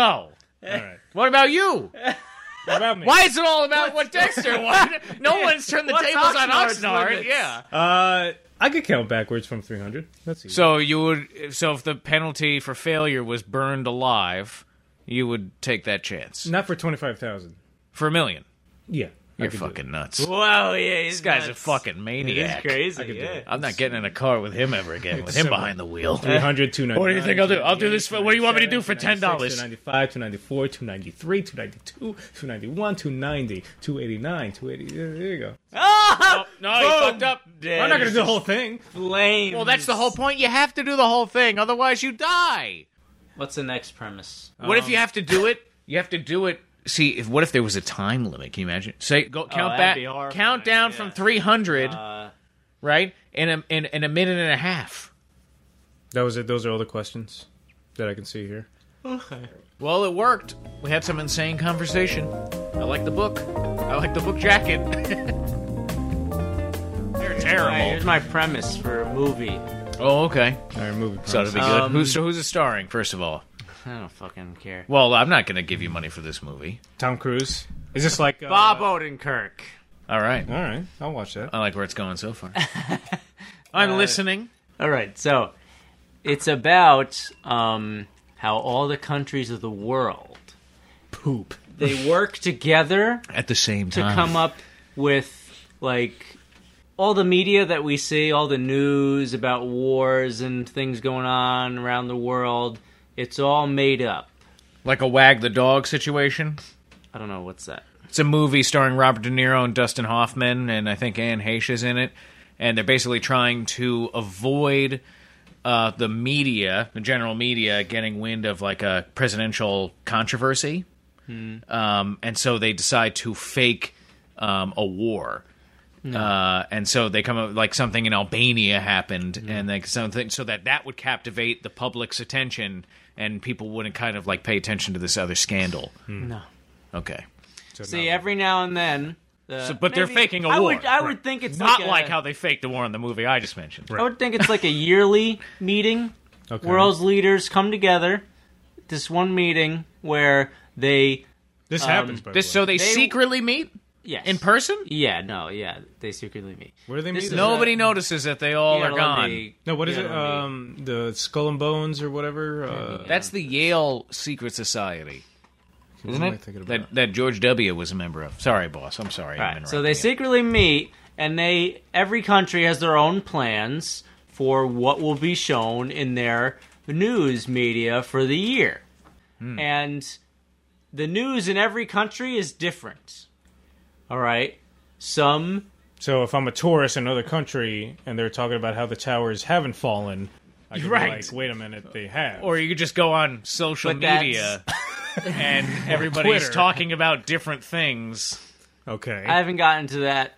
S2: All right.
S1: What about you?
S2: What about me?
S1: Why is it all about
S3: [laughs]
S1: what Dexter wanted? No one's turned the
S3: What's
S1: tables on
S3: Oxnard's
S1: Oxnard.
S3: limits?
S1: Yeah.
S2: Uh, I could count backwards from 300. That's easy.
S1: So you would. So if the penalty for failure was burned alive, you would take that chance
S2: Not for 25,000.
S1: for a million.
S2: Yeah.
S1: You're fucking nuts.
S3: Wow, yeah, this
S1: This guy's a fucking maniac.
S3: crazy.
S2: could do
S3: yeah.
S2: it.
S1: I'm not getting in a car with him ever again. With him
S2: Simple.
S1: behind the wheel.
S2: 300, 299.
S1: [laughs] What do you think I'll do? I'll do this for- what do you want me to do for $10?
S2: 295, 294, 293, 292, 291, 290, 289, 280. There there you go.
S3: Ah!
S1: No, he
S3: Boom.
S1: fucked up.
S2: I'm not going to do the whole thing.
S3: Flames.
S1: Well, that's the whole point. You have to do the whole thing, otherwise you die.
S3: What's the next premise?
S1: What if you have to do it? You have to do it. See, if, what if there was a time limit? Can you imagine? Say, go count
S3: Oh, that'd
S1: back,
S3: be horrifying,
S1: count down
S3: yeah.
S1: from three hundred,
S3: Uh,
S1: right? In a in, in a minute and a half.
S2: That was it. Those are all the questions that I can see here.
S1: Well, it worked. We had some insane conversation. I like the book. I like the book jacket. [laughs] They're
S3: all right, here's
S1: terrible.
S3: my premise for a movie.
S1: Oh, okay.
S2: All right, movie.
S1: So it'll be good.
S3: Um,
S1: who's, so who's it starring? First of all,
S3: I don't fucking care.
S1: well, I'm not going to give you money for this movie.
S2: Tom Cruise. Is this like uh,
S3: Bob Odenkirk.
S1: All right.
S2: All right, I'll watch that.
S1: I like where it's going
S3: [laughs]
S1: so far. I'm
S3: Uh,
S1: listening.
S3: All right, so it's about um, how all the countries of the world
S2: Poop.
S3: they work together
S1: At the same
S3: to come up with like all the media that we see, all the news about wars and things going on around the world. It's all made up.
S1: like a wag the dog situation.
S3: I don't know what's that.
S1: It's a movie starring Robert De Niro and Dustin Hoffman, and I think Anne Heche is in it. And they're basically trying to avoid uh, the media, the general media, getting wind of like a presidential controversy. Um, and so they decide to fake um, a war. Uh, and so they come up like something in Albania happened, and like something so that that would captivate the public's attention, and people wouldn't kind of like pay attention to this other scandal.
S3: No.
S1: Okay,
S3: See, every now and then. The,
S1: So- but they're
S3: maybe-
S1: faking a
S3: I
S1: war.
S3: Would, I
S1: Right.
S3: would think it's
S1: not
S3: like, a-
S1: like how they faked the war in the movie I just mentioned.
S3: I would think it's like a yearly meeting.
S2: Okay.
S3: World's leaders come together. This one meeting where they
S2: This happens. By
S1: Oh. um, This
S2: the way.
S1: so they, secretly meet
S3: yes
S1: in person.
S3: Yeah, no, yeah, they secretly meet.
S2: Where do they
S3: This
S2: meet?
S3: is
S2: No,
S3: a-
S1: Nobody notices that they all
S3: Yeah,
S1: are
S3: let
S1: gone.
S3: me-
S2: no, what is
S3: yeah,
S2: it?
S3: let me-
S2: Um, the Skull and Bones or whatever. Uh,
S1: That's the Yale Secret Society,
S2: what
S1: isn't
S2: am I
S1: it?
S2: thinking about?
S1: That, that George W. was a member of. Sorry, boss. I'm sorry. I'm
S3: Right. So
S1: interrupting
S3: they
S1: you.
S3: secretly meet, and they every country has their own plans for what will be shown in their news media for the year,
S2: Hmm.
S3: and the news in every country is different. All right. Some
S2: So if I'm a tourist in another country and they're talking about how the towers haven't fallen, I could be
S1: Right.
S2: like, wait a minute, they have.
S1: or you could just go on social
S3: But that's-
S1: [laughs] media and everybody's
S2: Twitter.
S1: talking about different things.
S2: okay,
S3: I haven't gotten to that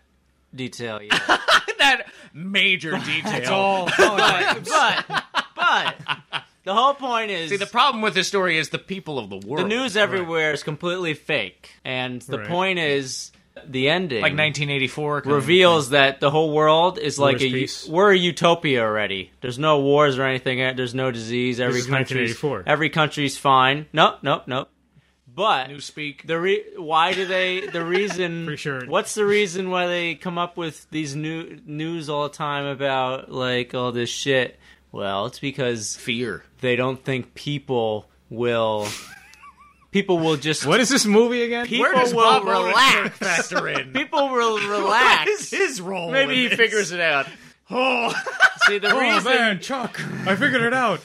S3: detail
S1: [laughs]
S3: yet.
S1: [laughs] Oh, That major detail.
S3: but but but the whole point is
S1: See, the problem with this story is the people of the world.
S3: the news everywhere is completely fake, and the
S2: Right.
S3: point is the ending.
S1: like 1984 kind of-
S3: reveals that the whole world is like a
S2: is peace.
S3: we're a utopia already. There's no wars or anything. There's no disease. Every
S2: is
S3: country's
S2: 1984.
S3: every country's fine. No, no, no. But
S1: Newspeak.
S3: the re- why do they
S2: [laughs]
S3: the reason?
S2: Pretty sure-
S3: What's the reason why they come up with these new news all the time about like all this shit? Well, it's because
S1: fear.
S3: they don't think people will. People will just
S2: what is this movie again?
S3: people will [laughs] relax.
S1: factor in?
S2: [laughs]
S3: People will relax.
S1: [laughs] his role?
S3: Maybe he figures it out. See the
S2: Oh
S3: reason
S2: man, Chuck, I figured it
S1: [laughs]
S2: out.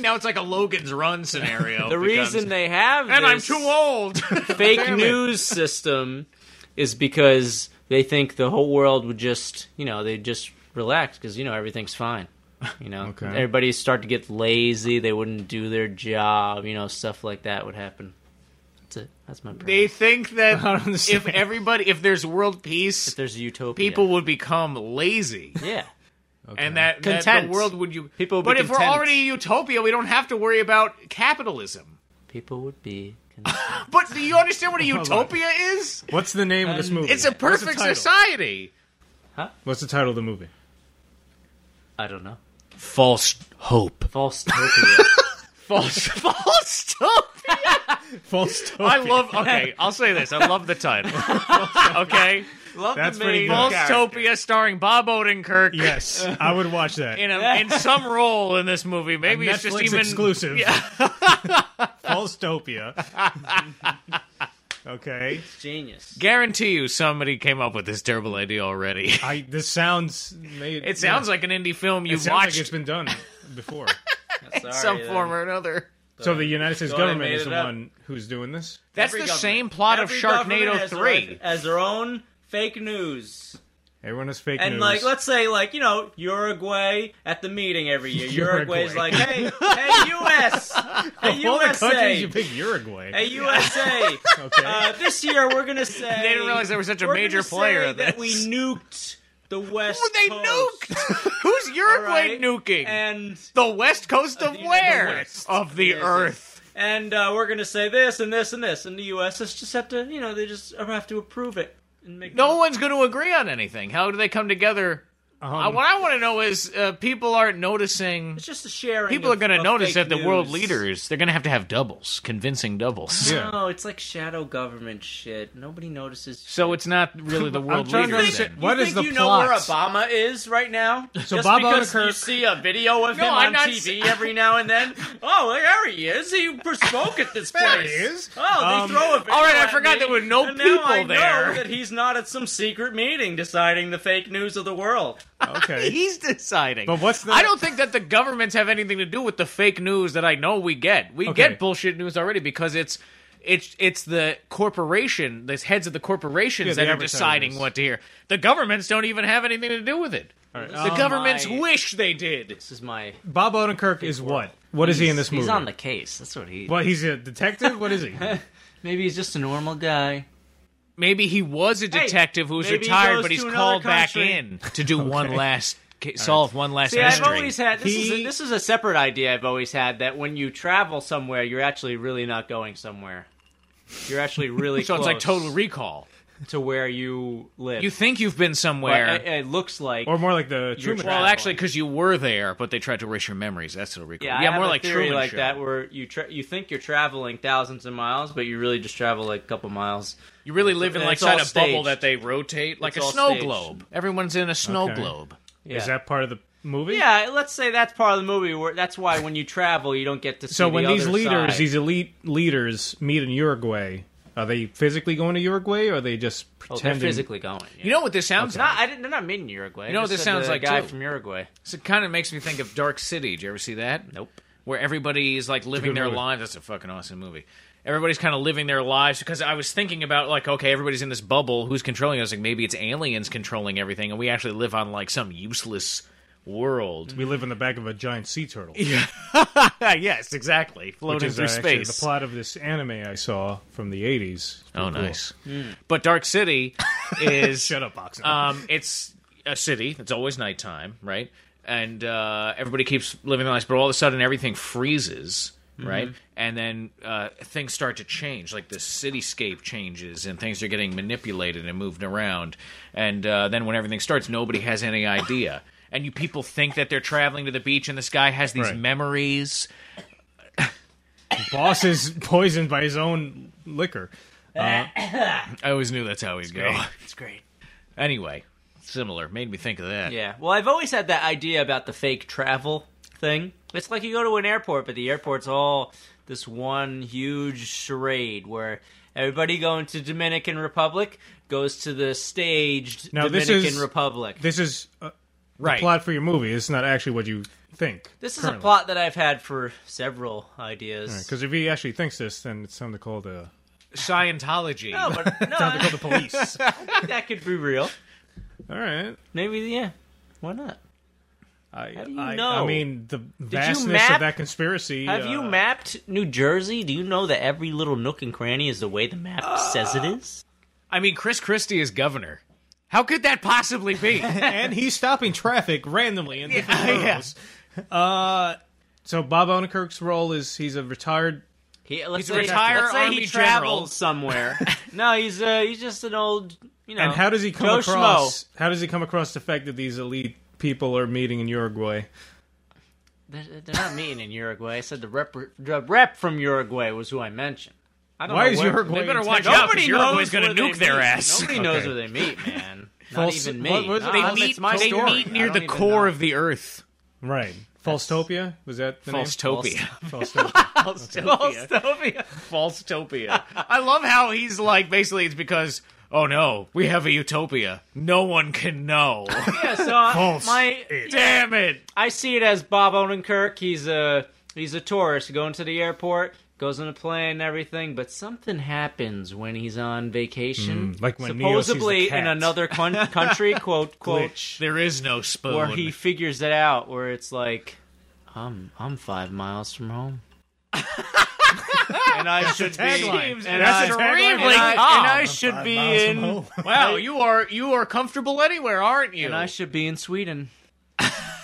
S1: Now it's like a Logan's Run scenario.
S3: the
S1: becomes-
S3: reason they have
S1: and I'm
S3: this
S1: too old.
S3: fake news system is because they think the whole world would just you know they just relax because you know everything's fine. You know,
S2: Okay.
S3: everybody start to get lazy. They wouldn't do their job. You know, stuff like that would happen. That's it. That's my.
S1: [laughs] They
S3: They,
S1: think that
S2: I don't understand.
S1: if everybody, if there's world peace,
S3: if there's a utopia,
S1: people would become lazy.
S3: Yeah.
S1: and that, that
S3: Content.
S1: the world would you
S3: People would
S1: but
S3: be
S1: if
S3: content.
S1: we're already a utopia we don't have to worry about capitalism
S3: people would be.
S1: but do you understand what a utopia is
S2: What's the name of this movie?
S1: Um, it's a
S2: What's the
S1: perfect
S2: title?
S1: society
S2: What's the title of the movie?
S3: I don't know.
S1: false hope
S3: False
S1: [laughs]
S3: utopia.
S1: false [laughs] false hope
S2: False.
S1: [laughs] i love okay i'll say this i love the title [laughs] okay
S3: Love
S2: That's pretty good.
S1: false
S2: Character.
S1: topia starring bob odenkirk
S2: Yes, I would watch that.
S1: in, a, in some role in this movie maybe it's
S2: Netflix
S1: just even
S2: exclusive. [laughs]
S1: [laughs]
S2: Falsetopia. okay.
S3: Genius.
S1: guarantee you somebody came up with this terrible idea already
S2: I this sounds made
S1: [laughs] it sounds like an indie film you
S2: it sounds
S1: watched
S2: like it's been
S1: [laughs]
S2: done before.
S3: Sorry,
S1: some
S3: then.
S1: form or another.
S2: so the United States
S3: So they
S2: government
S3: made
S2: is
S3: it
S2: the
S3: up.
S2: one who's doing this?
S1: That's the same plot of Sharknado 3.
S3: as their own fake news.
S2: Everyone is fake
S3: And
S2: news.
S3: like, let's say, like you know, Uruguay at the meeting every
S1: [laughs]
S3: year.
S2: Uruguay.
S3: Uruguay's like, hey, hey, U.S., hey,
S2: Of all the countries
S3: USA,
S2: you pick Uruguay.
S3: hey, USA.
S1: [laughs]
S2: okay.
S3: Uh, this year we're gonna say
S1: They didn't realize there was such a
S3: we're gonna
S1: major
S3: say
S1: player in
S3: that we
S1: this.
S3: nuked the West.
S1: they
S3: Coast,
S1: nuked? [laughs] Who's
S3: all
S1: Uruguay
S3: right?
S1: nuking?
S3: and
S1: the west coast of
S3: the
S1: where?
S3: West.
S1: Of the
S3: Yes, yes.
S1: earth.
S3: and uh, we're gonna say this and this and this. And the U.S. is just have to, you know, they just have to approve it and make
S1: No one's going to agree on anything. How do they come together?
S2: Um,
S1: Uh, what I want to know is uh, people aren't noticing.
S3: It's just a sharing.
S1: People are
S3: of-
S1: going to
S3: of
S1: notice
S3: fake
S1: that the world
S3: news.
S1: leaders, they're going to have to have doubles, convincing doubles.
S2: Yeah.
S3: No, it's like shadow government shit. Nobody notices.
S1: So it's not really [laughs] the world
S2: trying to
S1: leaders.
S2: understand-
S1: then.
S2: What
S3: you
S2: is
S3: think
S2: the
S3: you know
S2: plot?
S3: where Obama is right now? So Just
S2: Bob
S3: because
S2: Odenkirk-
S3: you see a video of
S1: No,
S3: him
S1: I'm
S3: on
S1: not
S3: TV every now
S2: [laughs]
S3: and then. Oh, there he is. He spoke at this
S2: There
S3: place.
S2: he is.
S3: Oh, they
S2: Um,
S3: throw a video
S1: all right, I
S3: at
S1: forgot
S3: me,
S1: there were no
S3: and now
S1: people
S3: I know
S1: there.
S3: that he's not at some secret meeting deciding the fake news of the world.
S1: [laughs]
S2: Okay.
S1: He's deciding.
S2: But what's the-
S1: I don't think that the governments have anything to do with the fake news that I know we get. We
S2: Okay.
S1: get bullshit news already because it's it's it's the corporation, the heads of the corporations
S2: Yeah, the
S1: that are deciding
S2: advertisers.
S1: what to hear. The governments don't even have anything to do with it.
S2: Alright,
S1: The
S2: um,
S1: governments
S3: my-
S1: wish they did.
S3: This is my.
S2: Bob Odenkirk is what? What is he in this movie?
S3: He's on the case. That's what he. [laughs]
S2: What he's a detective? What is he?
S3: Maybe he's just a normal guy.
S1: Maybe he was a detective who was
S3: maybe he
S1: retired,
S3: goes
S1: but he's
S3: to another
S1: called back
S3: country.
S1: in to do one last ca- solve one last
S3: See, I've
S1: mystery.
S3: always had this, is
S2: He-
S3: a, this is a separate idea I've always had that when you travel somewhere, you're actually really not going somewhere. You're actually really
S1: [laughs] so
S3: close
S1: it's like Total Recall.
S3: to where you live.
S1: You think you've been somewhere.
S3: But it, it looks like
S2: or more like the
S3: You're
S2: Truman.
S1: well,
S3: traveling.
S1: actually, because you were there, but they tried to erase your memories. That's Total Recall.
S3: yeah, I have
S1: more
S3: a
S1: like
S3: theory
S1: Truman
S3: like
S1: Show.
S3: that where you tra- you think you're traveling thousands of miles, but you really just travel like a couple miles.
S1: You really live in
S3: and
S1: like
S3: it's all
S1: inside a bubble
S3: staged.
S1: that they rotate, like
S3: It's
S1: a
S3: all
S1: snow
S3: staged.
S1: globe. Everyone's in a snow
S2: Okay.
S1: globe.
S3: Yeah.
S2: Is that part of the movie?
S3: Yeah, let's say that's part of the movie where that's why when you travel, you don't get to see
S2: So
S3: the
S2: when these
S3: other
S2: leaders,
S3: side.
S2: these elite leaders, meet in Uruguay, are they physically going to Uruguay, or are they just
S3: oh, they're
S2: pretending?
S3: physically going. yeah.
S1: You know what this sounds
S3: Not,
S1: like?
S3: I didn't. They're not made in Uruguay.
S1: You know
S3: I
S1: what
S3: just
S1: this
S3: said
S1: sounds
S3: the
S1: like,
S3: guy
S1: too?
S3: from Uruguay.
S1: It kind of makes me think of Dark City. Did you ever see that?
S3: Nope.
S1: Where everybody's like living
S2: good
S1: their
S2: movie.
S1: lives. That's a fucking awesome movie. Everybody's kind of living their lives because I was thinking about like, okay, everybody's in this bubble. Who's controlling us? Like maybe it's aliens controlling everything, and we actually live on like some useless world. [laughs]
S2: We live in the back of a giant sea
S3: [laughs]
S2: turtle.
S1: yes, exactly.
S2: which
S1: Floating
S2: is
S1: through
S2: actually
S1: space.
S2: The plot of this anime I saw from the '80s.
S1: oh, nice. But Dark [laughs] City is
S2: Shut up, Oxen.
S3: Uh,
S1: Um, it's a city. It's always nighttime, right? And uh, everybody keeps living their lives, but all of a sudden everything freezes, right? And then uh, things start to change, like the cityscape changes, and things are getting manipulated and moved around. And uh, then when everything starts, nobody has any idea. And you people think that they're traveling to the beach, and this guy has these
S2: Right.
S1: memories.
S2: Boss is [laughs] poisoned by his own liquor.
S1: I always knew that's how he'd go.
S3: It's great.
S1: anyway, similar made me think of that.
S3: Yeah. Well, I've always had that idea about the fake travel thing. It's like you go to an airport, but the airport's all this one huge charade where everybody going to Dominican Republic goes to the staged
S2: Now, this
S3: Dominican
S2: is-
S3: Republic.
S2: This is a
S1: right.
S2: plot for your movie. It's not actually what you think.
S3: This is a plot that I've had for several ideas.
S2: Because if he actually thinks this, then it's something called the
S1: Scientology.
S3: no,
S2: [laughs]
S3: but no, [laughs] I
S2: the police.
S3: think that could be real.
S2: All right.
S3: Maybe yeah. Why not?
S2: I,
S3: do you
S2: I, I
S3: know?
S2: mean, the vastness
S3: map-
S2: of that conspiracy.
S3: Have you
S2: uh,
S3: mapped New Jersey? Do you know that every little nook and cranny is the way the map says
S2: Uh,
S3: it is?
S1: I mean, Chris Christie is governor. How could that
S3: [laughs]
S1: possibly be?
S2: and he's stopping traffic randomly in different boroughs. Uh, [laughs] so Bob Odenkirk's role is he's a retired.
S3: He, let's
S1: He's a
S3: say,
S1: retired
S3: let's say
S1: Army
S3: he
S1: general.
S3: travels [laughs] somewhere. no, he's uh, he's just an old, you know.
S2: And how does he come
S3: Joe
S2: across?
S3: Schmo.
S2: How does he come across the fact that these elite people are meeting in Uruguay?
S3: They're, they're not meeting in Uruguay. I said the rep, the rep from Uruguay was who I mentioned. I don't
S2: Why
S3: know
S2: is
S3: where-
S2: Uruguay?
S1: They better
S2: in
S1: watch
S2: Texas?
S1: out. 'cause
S3: knows
S1: Uruguay's gonna
S3: where they
S1: nuke their
S3: meet.
S1: ass. [laughs]
S3: Nobody knows where they meet, man. Not
S2: False-
S3: even
S2: what- what
S3: me.
S2: was it?
S3: No,
S2: They
S3: I'm-
S1: meet,
S3: it's my
S1: they
S3: story.
S1: meet
S3: I
S1: near
S3: don't
S1: the
S3: even
S1: core
S3: know.
S1: of the earth.
S2: Right. Falsetopia was that the
S3: [laughs]
S1: Falsetopia.
S2: name? Falsetopia.
S1: Falsetopia.
S3: Falsetopia.
S1: Falsetopia. [laughs] I love how he's like, basically, it's because, oh no, we have a utopia. No one
S3: [laughs]
S1: can know. [laughs]
S3: Yeah, so I-
S2: False.
S3: my
S1: Damn it.
S3: I see it as Bob Odenkirk. He's a he's a tourist going to the airport, goes on a plane, and everything. But something happens when he's on vacation,
S2: Mm, like when Neo sees the
S3: supposedly
S2: cat.
S3: in
S2: [laughs]
S3: another con- country, quote quote,
S2: Glitch.
S1: There is no spoon.
S3: where he figures it out. Where it's like, I'm I'm five miles from home, and I should be,
S2: tagline.
S3: and
S2: That's
S3: I,
S2: a
S3: and
S2: tagline. oh.
S1: extremely
S3: I, and I
S1: calm.
S3: should be
S2: miles from
S3: in,
S2: home.
S1: Wow, you are you are comfortable anywhere, aren't you?
S3: and I should be in Sweden.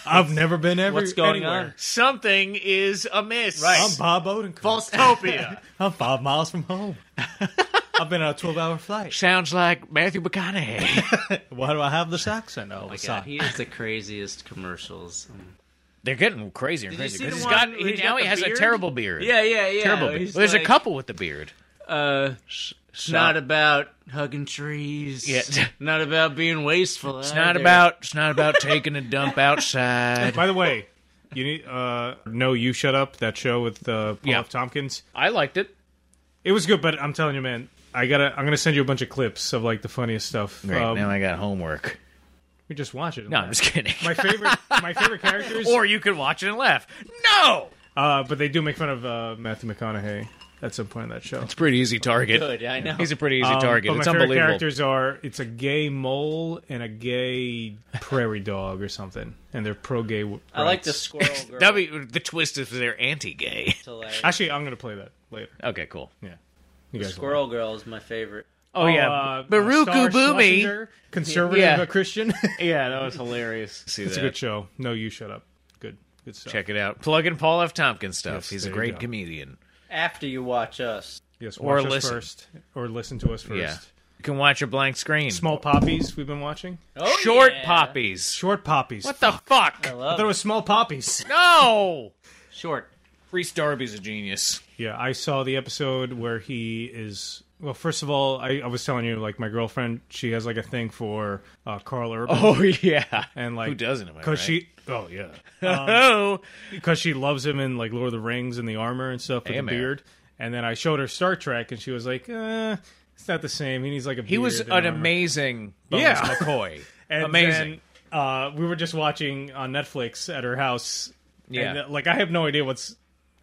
S2: I've never been ever.
S3: What's going
S2: anywhere.
S1: Something is amiss.
S2: I'm Bob Odenkirk.
S3: [laughs]
S1: Falsetopia.
S2: [laughs] I'm five miles from home. I've been on a 12 hour flight.
S1: Sounds like Matthew [laughs] McConaughey.
S2: Why do I have this accent
S1: Oh
S2: all of a
S3: on? God,
S2: sudden?
S3: he is the craziest commercials.
S1: They're getting crazier and
S3: Did you
S1: crazier.
S3: see
S1: 'cause
S3: the
S1: He's
S3: one
S1: got,
S3: where
S1: he,
S3: he's
S1: now
S3: got
S1: he
S3: the
S1: has a
S3: beard?
S1: terrible beard.
S3: Yeah, yeah, yeah.
S1: terrible
S3: He's
S1: beard. There's
S3: like,
S1: a couple with the beard.
S3: Uh, it's not about hugging trees.
S1: Yeah.
S3: not about being wasteful.
S1: It's not about it's not about taking a dump outside.
S2: By the way, you need uh no you shut up that show with uh, Paul
S1: Yeah.
S2: F. Tompkins.
S1: I liked it.
S2: It was good, but I'm telling you, man, I gotta I'm gonna send you a bunch of clips of like the funniest stuff.
S1: Right
S2: Um,
S1: now I got homework.
S2: we just watch it.
S1: No, I'm just kidding.
S2: [laughs] my favorite my favorite characters.
S1: [laughs] or you could watch it and laugh. No,
S2: uh, but they do make fun of uh, Matthew McConaughey at some point in that show.
S1: it's a pretty easy target.
S3: Good, I know.
S1: He's a pretty easy
S2: Um,
S1: target.
S2: But my
S1: It's
S2: favorite
S1: unbelievable.
S2: characters are it's a gay mole and a gay prairie dog or something, and they're pro gay.
S3: I
S2: [laughs]
S3: like the squirrel girl.
S1: That'd be- the twist is they're anti-gay.
S3: It's hilarious.
S2: Actually, I'm gonna play that later.
S1: Okay, cool.
S2: You guys will-
S3: Squirrel girl is my favorite.
S1: Oh, yeah.
S2: uh,
S1: Baruch
S2: Star
S1: Ubumi.
S2: Schlesinger, conservative
S1: Yeah.
S2: uh, Christian. [laughs]
S1: Yeah, that was hilarious. See
S2: it's a
S1: that?
S2: good show. No, you shut up. Good, good stuff.
S1: Check it out. Plug in Paul F. Tompkins stuff.
S2: Yes,
S1: He's a
S2: there you
S1: great
S2: go.
S1: comedian.
S3: After you watch us.
S2: Yes,
S1: Or
S2: watch us
S1: listen.
S2: first, or listen to us first.
S1: Yeah. You can watch a blank screen.
S2: Small poppies. We've been watching
S3: Oh,
S1: Short
S3: yeah.
S1: poppies.
S2: short poppies.
S1: What the fuck?
S3: I
S2: I
S3: love
S2: thought it
S3: it.
S2: was small poppies.
S1: No!
S3: Short.
S1: Reese Darby's a genius.
S2: Yeah, I saw the episode where he is. Well, first of all, I, I was telling you, like my girlfriend, she has like a thing for uh, Carl Urban,
S1: Oh, yeah.
S2: and like
S1: Who doesn't? Am I
S2: Because
S1: right?
S2: she, oh yeah,
S1: Oh!
S2: because she loves him in like Lord of the Rings and the armor and stuff with
S1: Hey,
S2: the
S1: man.
S2: beard. And then I showed her Star Trek, and she was like, uh, "It's not the same. He needs like a."
S1: He was an
S2: um,
S1: amazing Bones
S2: Yeah.
S1: McCoy. [laughs]
S2: and
S1: amazing.
S2: Then, uh, we were just watching on Netflix at her house.
S1: Yeah.
S2: And, uh, like I have no idea what's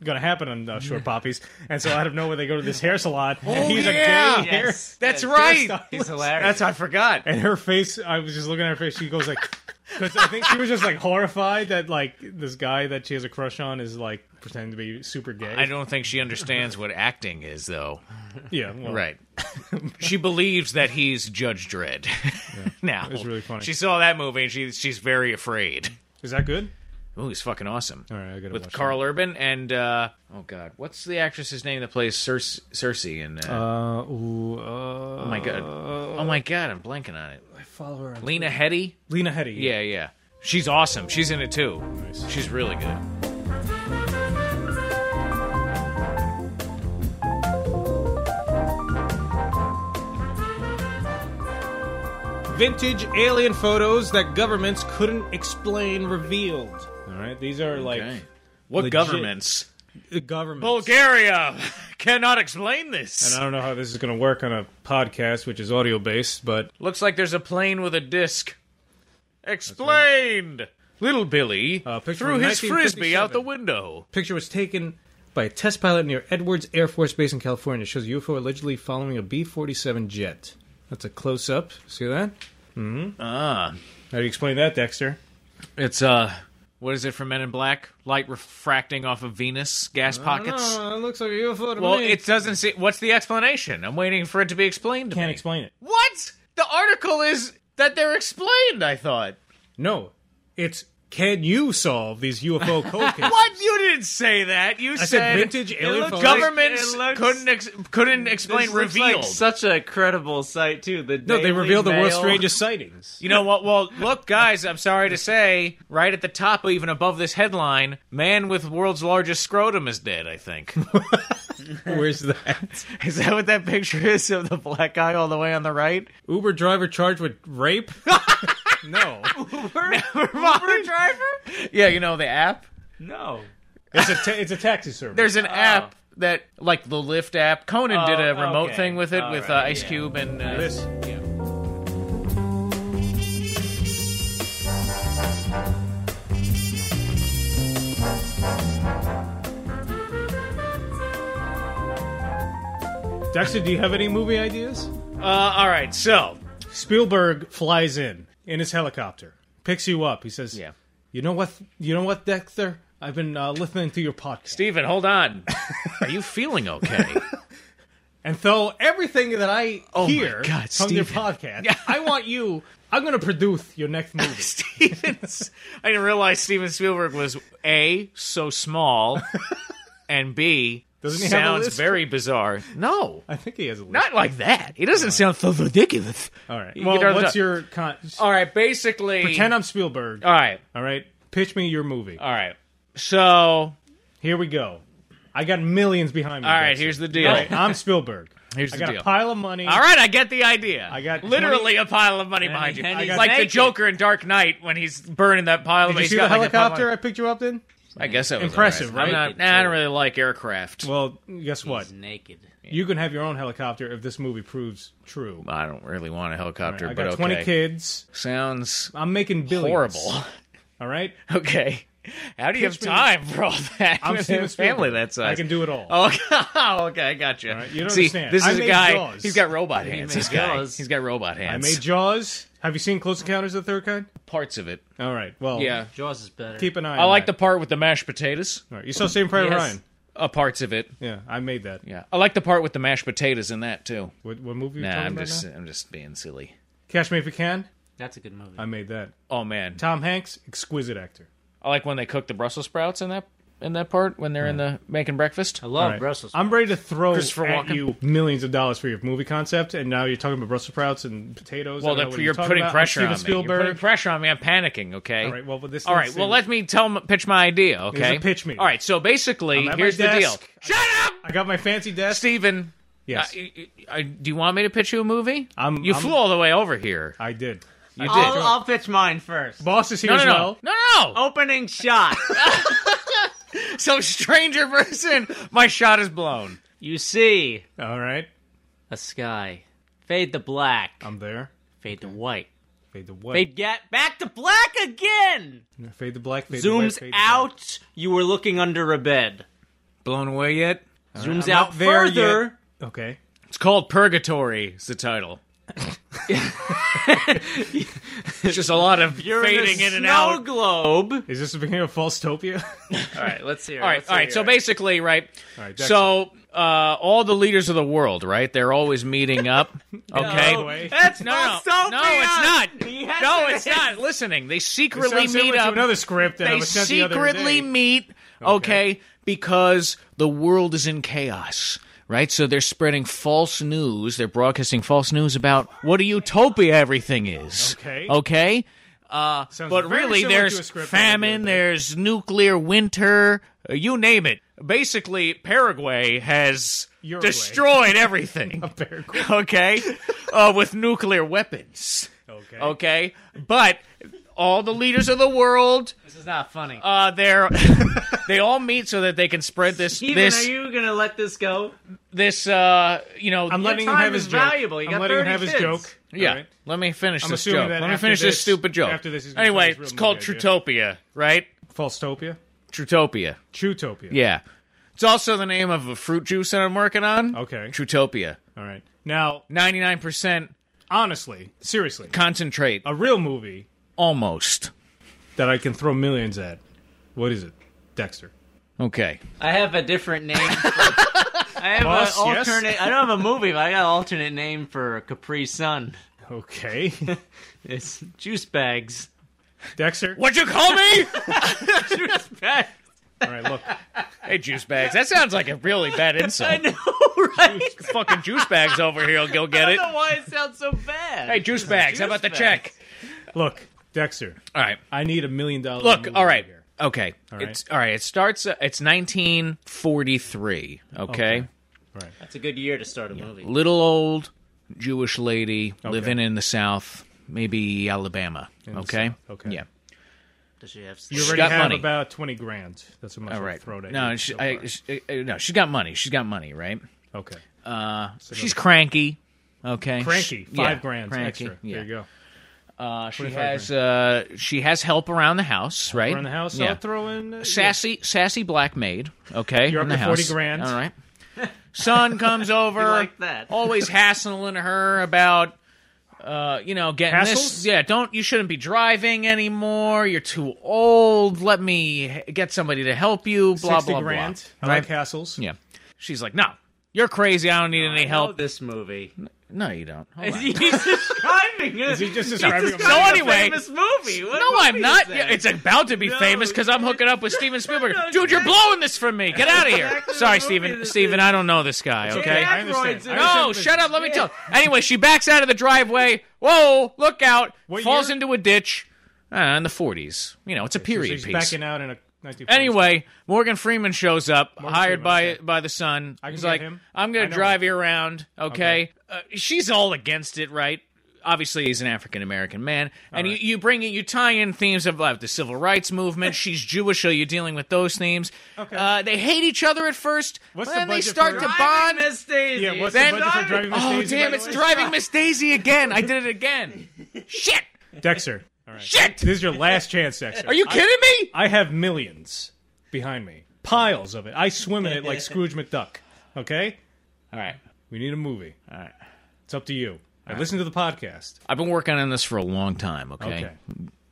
S2: going to happen on uh, Short Poppies, and so out of nowhere they go to this hair salon, and he's
S1: Oh, yeah.
S2: a gay hair.
S3: Yes.
S1: That's
S3: Yes.
S1: right.
S3: He's hilarious.
S1: That's I forgot.
S2: And her face, I was just looking at her face. She goes like, because I think she was just like horrified that like this guy that she has a crush on is like pretending to be super gay.
S1: I don't think she understands what acting is, though.
S2: Yeah, well,
S1: Right. [laughs] she believes that he's Judge Dredd. [laughs] now
S2: was really funny.
S1: She saw that movie and she she's very afraid.
S2: Is that good?
S1: Ooh, he's fucking awesome.
S2: All right, I gotta
S1: With
S2: watch
S1: Carl Urban and uh, oh god, what's the actress's name that plays Cerse- Cersei? And uh,
S2: Uh, ooh, uh,
S1: oh my god, oh my god, I'm blanking on it.
S2: I follow her. on-
S1: Lena Headey.
S2: Lena Headey.
S1: Yeah, yeah, she's awesome. She's in it too. She's really good.
S2: Vintage alien photos that governments couldn't explain revealed. All right, these are
S1: Okay. What
S2: legit-
S1: governments?
S2: like governments.
S1: Bulgaria [laughs] cannot explain this.
S2: And I don't know how this is going to work on a podcast, which is audio based, but
S1: Looks like there's a plane with a disc. Explained. Little Billy
S2: Uh, picture
S1: threw
S2: from
S1: his frisbee out the
S2: 1957.
S1: window.
S2: picture was taken by a test pilot near Edwards Air Force Base in California. It shows a UFO allegedly following a B forty seven jet. That's a close up. See that? Mm-hmm. Ah. How do you explain that, Dexter?
S1: It's uh, what is it from Men in Black? Light refracting off of Venus gas pockets.
S2: Ah, it looks like a UFO to
S1: Well, it doesn't see. What's the explanation? I'm waiting for it to be explained. To
S2: can't
S1: me.
S2: explain it.
S1: What? The article is that they're explained. I thought.
S2: No, it's can you solve these UFO cold cases?
S1: What? You didn't say that. You
S2: said vintage alien photos.
S1: governments
S3: It looks-
S1: couldn't ex- couldn't explain
S3: This looks
S1: revealed.
S3: Like such a credible site too. The
S2: No, they
S3: Daily
S2: revealed the world's
S3: Mail.
S2: strangest sightings.
S1: [laughs] You know what? Well, look, guys, I'm sorry to say, right at the top, even above this headline, man with world's largest scrotum is dead, I think. [laughs]
S2: Where's that?
S1: is that what that picture is of the black guy all the way on the right?
S2: [laughs] Uber driver charged with rape? [laughs] no.
S1: Uber driver? [laughs] Yeah, you know, the app?
S3: No.
S2: It's a, ta- it's a taxi service.
S1: There's an app that, like the Lyft app, Conan did a
S3: Oh,
S1: remote
S3: okay.
S1: thing with it
S3: All
S1: with
S3: right,
S1: uh, Ice
S3: yeah.
S1: Cube and. Uh,
S2: this. Dexter, do you have any movie ideas?
S1: uh, all right, so.
S2: Spielberg flies in in his helicopter, picks you up. He says,
S1: Yeah.
S2: you know what? You know what, Dexter? I've been uh, listening to your podcast."
S1: Steven, hold on. Are you feeling [laughs] okay?
S2: And so everything that I
S1: Oh my
S2: hear
S1: God,
S2: from your
S1: Steven. [laughs]
S2: podcast, I want you. I'm going to produce your next movie.
S1: Stevens. I didn't realize Steven Spielberg was a so small,
S2: [laughs]
S1: and b
S2: Doesn't he have a
S1: sounds
S2: list?
S1: very bizarre. No,
S2: I think he has a list.
S1: not like that. He doesn't sound so ridiculous.
S2: All right.
S1: You
S2: Well,
S1: get out of
S2: what's
S1: the-
S2: your con?
S1: All right, basically.
S2: Pretend I'm Spielberg.
S1: all right,
S2: All right. Pitch me your movie.
S1: all right. So, all
S2: Here we go. I got millions behind me.
S1: right.
S2: Dexter.
S1: Here's the deal.
S2: All right, I'm Spielberg.
S1: [laughs] Here's
S2: I
S1: the
S2: got
S1: deal.
S2: a pile of money.
S1: All right, I get the idea. I
S2: got
S1: literally a pile of money behind you,
S3: and he's
S1: It's like the
S3: naked.
S1: Joker in Dark Knight when he's burning that pile of.
S2: Did you
S1: he's
S2: see the
S1: got like a pile of
S2: helicopter
S1: money.
S2: I picked you up in?
S1: I guess that was
S2: Impressive,
S1: all
S2: right?
S1: I'm not, nah, I don't really like aircraft.
S2: Well, guess what?
S3: He's naked.
S2: You can have your own helicopter if this movie proves true.
S1: I don't really want a
S2: I
S1: helicopter, but
S2: got
S1: okay.
S2: 20 kids.
S1: Sounds
S2: I'm making billions.
S1: horrible. [laughs]
S2: All right.
S1: Okay. How do you have
S2: Pitch me-
S1: time for all that?
S2: I'm
S1: [laughs] with
S2: Steven
S1: a family
S2: Spielberg.
S1: that size.
S2: I can do it all.
S1: [laughs] Oh, okay, I got you.
S2: you don't
S1: See,
S2: understand.
S1: this
S2: I
S1: is a
S2: made
S1: guy.
S2: Jaws.
S1: He's got robot hands.
S3: made
S1: This guy.
S3: Jaws.
S1: He's got robot
S2: I
S1: hands.
S2: made Jaws. Have you seen Close Encounters of the Third Kind?
S1: parts of it.
S2: All right. Well,
S1: Yeah.
S3: Jaws is better.
S2: keep an eye.
S1: I
S2: on
S1: like
S2: that.
S1: the part with the mashed potatoes.
S2: All right, you saw Saving Private
S3: Yes.
S2: Ryan.
S1: Uh, uh, parts of it.
S2: Yeah, I made that.
S1: Yeah, I like the part with the mashed potatoes in that too.
S2: What, what movie? Are you
S1: Nah,
S2: talking
S1: I'm
S2: about
S1: just
S2: now?
S1: I'm just being silly.
S2: Catch Me If You Can.
S3: That's a good movie.
S2: I made that.
S1: Oh man,
S2: Tom Hanks, exquisite actor.
S1: I like when they cook the Brussels sprouts in that in that part when they're in the making breakfast.
S3: I love
S2: All right.
S3: Oh, Brussels.
S2: I'm ready to throw at
S1: Christopher Walken.
S2: you millions of dollars for your movie concept, and now you're talking about Brussels sprouts and potatoes.
S1: Well,
S2: I don't know
S1: then
S2: what
S1: you're
S2: talking
S1: putting
S2: about. I'm
S1: pressure
S2: Steven
S1: on me. You're
S2: Spielberg.
S1: putting pressure on me. I'm panicking. Okay.
S2: All right, well, but this
S1: All right.
S2: needs to-
S1: Well, let me tell m- pitch my idea. Okay.
S2: a pitch me.
S1: All right. So basically,
S2: I'm at my
S1: here's the deal.
S2: desk.
S1: Shut up,
S2: I got my fancy desk.
S1: Steven.
S2: Yes,
S1: Uh, y- y- I- do you want me to pitch you a movie?
S2: I'm-
S1: you
S2: I'm-
S1: flew all the way over here.
S2: I did.
S1: You did.
S3: I'll, I'll pitch mine first.
S2: Boss is here
S1: no,
S2: as
S1: no, no,
S2: well.
S1: no, no, no.
S3: Opening shot.
S1: So [laughs] stranger person, my shot is blown.
S3: you see
S2: All right,
S3: a sky. Fade to black.
S2: I'm there.
S3: fade to white.
S2: Fade to white.
S3: Fade get back to black again.
S2: Fade to black. Fade to white,
S3: Zooms
S2: fade to black.
S3: out. You were looking under a bed.
S1: Blown away yet?
S3: Zooms
S2: I'm
S3: out
S2: not there
S3: further.
S2: yet. Okay.
S1: It's called Purgatory. Is
S2: [laughs]
S1: the title. it's just a lot of
S3: You're
S1: fading
S3: in, a
S1: in and
S3: snow
S1: out.
S3: globe.
S2: Is this the beginning of [laughs] Falsetopia?
S3: All right, let's hear.
S1: all right, all right. So basically, right.
S2: right, Dexter.
S1: so uh, all the leaders of the world, right? They're always meeting up.
S2: [laughs]
S1: Okay.
S2: No. way.
S3: that's
S1: No, no,
S3: Falsetopia!
S1: no, it's not.
S3: Yes,
S1: No,
S3: it [laughs]
S1: it's
S3: is.
S1: not. Listening, they
S2: It
S1: secretly
S2: sounds
S1: meet
S2: similar to
S1: up.
S2: another script that I
S1: They
S2: was sent the other day.
S1: secretly meet. Okay. because the world is in chaos. Right, so they're spreading false news. They're broadcasting false news about what a utopia everything is.
S2: Okay.
S1: Okay.
S2: Sounds
S1: But
S2: very similar
S1: really,
S2: to
S1: there's
S2: a script that I did
S1: famine,
S2: the other day.
S1: there's nuclear winter, uh, you name it. Basically, Paraguay has
S2: Uruguay.
S1: destroyed everything.
S2: [laughs] Paraguay.
S1: okay, uh, with nuclear weapons.
S2: Okay.
S1: Okay, but all the leaders of the world,
S3: This is not funny.
S1: uh, they're they all meet so that they can spread this
S3: Steven,
S1: this
S3: are you gonna let this go?
S1: this uh, you know.
S2: I'm letting
S3: Your
S2: him
S3: time
S2: have his
S3: is
S2: joke.
S3: valuable. You
S2: I'm
S3: got
S2: letting him
S3: 30
S2: have his
S3: kids.
S2: joke.
S1: Yeah,
S2: All right.
S1: let me finish this
S2: assuming
S1: joke.
S2: that
S1: Let me
S2: after
S1: finish this,
S2: this-
S1: stupid joke.
S2: after this, he's gonna
S1: anyway,
S2: finish real
S1: it's called
S2: movie idea.
S1: Trutopia, right?
S2: Falsetopia.
S1: Trutopia.
S2: Chewtopia.
S1: Yeah. It's also the name of a fruit juice that I'm working on.
S2: Okay.
S1: Trutopia.
S2: All right. Now,
S1: 99%
S2: honestly, seriously,
S1: concentrate.
S2: a real movie
S1: Almost.
S2: that I can throw millions at. What is it? Dexter.
S1: Okay.
S3: I have a different name. [laughs] for- I have
S2: Boss,
S3: an
S2: yes?
S3: alternate. I don't have a movie, but I got an alternate name for Capri Sun.
S2: Okay. [laughs]
S3: It's juice [laughs] bags.
S2: Dexter.
S1: What'd you call me?
S3: juice bags.
S2: All right, look.
S1: hey, juice bags. That sounds like a really bad
S3: I
S1: insult.
S3: know, right?
S1: Fucking juice bags over here will go
S3: I
S1: get
S3: don't
S1: it.
S3: know why it sounds so bad.
S1: Hey, juice bags. How
S3: Juice
S1: about the
S3: bags.
S1: check?
S2: Look, Dexter.
S1: All right.
S2: I need a million dollars.
S1: Look,
S2: movie
S1: all right.
S2: here.
S1: Okay.
S2: right.
S1: It's all right. It starts uh, it's 1943, okay?
S2: Okay. All right.
S3: That's a good year to start a movie.
S1: Little old Jewish lady living in the South, maybe Alabama, okay?
S2: South, okay.
S1: Yeah.
S3: Does she have?
S2: You already
S1: got
S2: have
S1: money.
S2: about twenty grand. That's what much
S1: All
S2: I'll
S1: right.
S2: throw it at
S1: no,
S2: you
S1: she,
S2: so
S1: I,
S2: far.
S1: she, uh, no, she's got money. She's got money, right?
S2: okay.
S1: She's cranky. Okay.
S2: Cranky,
S1: She-
S2: five
S1: yeah,
S2: grand
S1: cranky,
S2: extra.
S1: yeah.
S2: There you go.
S1: Uh, she
S2: 25
S1: has uh, she has help around the house, right?
S2: Around the house,
S1: Yeah.
S2: I'll throw in uh,
S1: sassy, sassy black maid. Okay.
S2: You're
S1: in
S2: up to
S1: the
S2: 40
S1: house.
S2: grand.
S1: All right. Son
S3: [laughs]
S1: comes over.
S3: like that.
S1: Always hassling her about. Uh, you know, getting this.
S2: Hassles?
S1: Yeah, don't you shouldn't be driving anymore. You're too old. Let me h- get somebody to help you. Blah
S2: 60
S1: blah
S2: grand.
S1: blah.
S2: I
S1: Right?
S2: like castles.
S1: Yeah. She's like, no, you're crazy. I don't need any
S3: Help
S1: help.
S2: [laughs]
S3: this movie.
S1: No, you don't. Hold on.
S3: He's describing it. Is
S2: he just describing a
S1: So anyway-
S3: famous movie. What
S1: no,
S3: movie
S1: I'm not.
S3: Is that?
S1: It's about to be
S3: No,
S1: famous because I'm
S3: you-
S1: hooking up with Steven Spielberg.
S3: [laughs] No,
S1: Dude, you're
S3: exactly-
S1: blowing this from me. Get out of here.
S3: exactly the
S1: Sorry,
S3: movie
S1: Steven.
S3: this
S1: Steven,
S3: is.
S1: I don't know this guy, okay?
S2: okay. I understand.
S3: Aykroyd's in
S2: I understand.
S3: it.
S1: No,
S2: Something-
S1: shut up. Let me tell. Anyway, she backs out of the driveway. Whoa, look out.
S2: What
S1: falls
S2: year?
S1: into a ditch uh, in the 40s. You know, it's a period
S2: She's
S1: piece.
S2: backing out in a 1940s.
S1: Anyway, Morgan Freeman shows up, hired
S2: Freeman,
S1: by
S2: okay.
S1: by the son.
S2: can
S1: He's
S2: get
S1: like,
S2: him.
S1: "I'm
S2: I
S1: going to
S2: know
S1: drive you around." Okay, Uh, she's all against it, right? Obviously, he's an African American man, and you, you bring it, you tie in themes of like, the civil
S2: [laughs]
S1: rights movement. she's Jewish, so you're dealing with those themes.
S2: Okay.
S1: Uh, they hate each other at first,
S2: What's
S1: but then
S2: the
S1: they
S2: budget
S1: start
S2: for-
S1: to
S2: Driving
S1: bond.
S3: Miss Daisy.
S2: Yeah, what's
S1: Then-
S2: the budget for driving Miss
S1: oh
S2: Daisy, by
S1: damn!
S2: the
S1: It's
S2: way?
S1: driving Miss Daisy again. I did
S2: [laughs]
S1: it again. Shit!
S2: Dexter. All right.
S1: Shit!
S2: This is your last chance, Dexter.
S1: Are you kidding me?
S2: I have millions behind me. Piles of it. I swim in it [laughs] like Scrooge McDuck. Okay?
S1: All right.
S2: We need a movie. All
S1: right.
S2: It's up to you. I listen to the podcast.
S1: I've been working on this for a long time. Okay.
S2: Okay.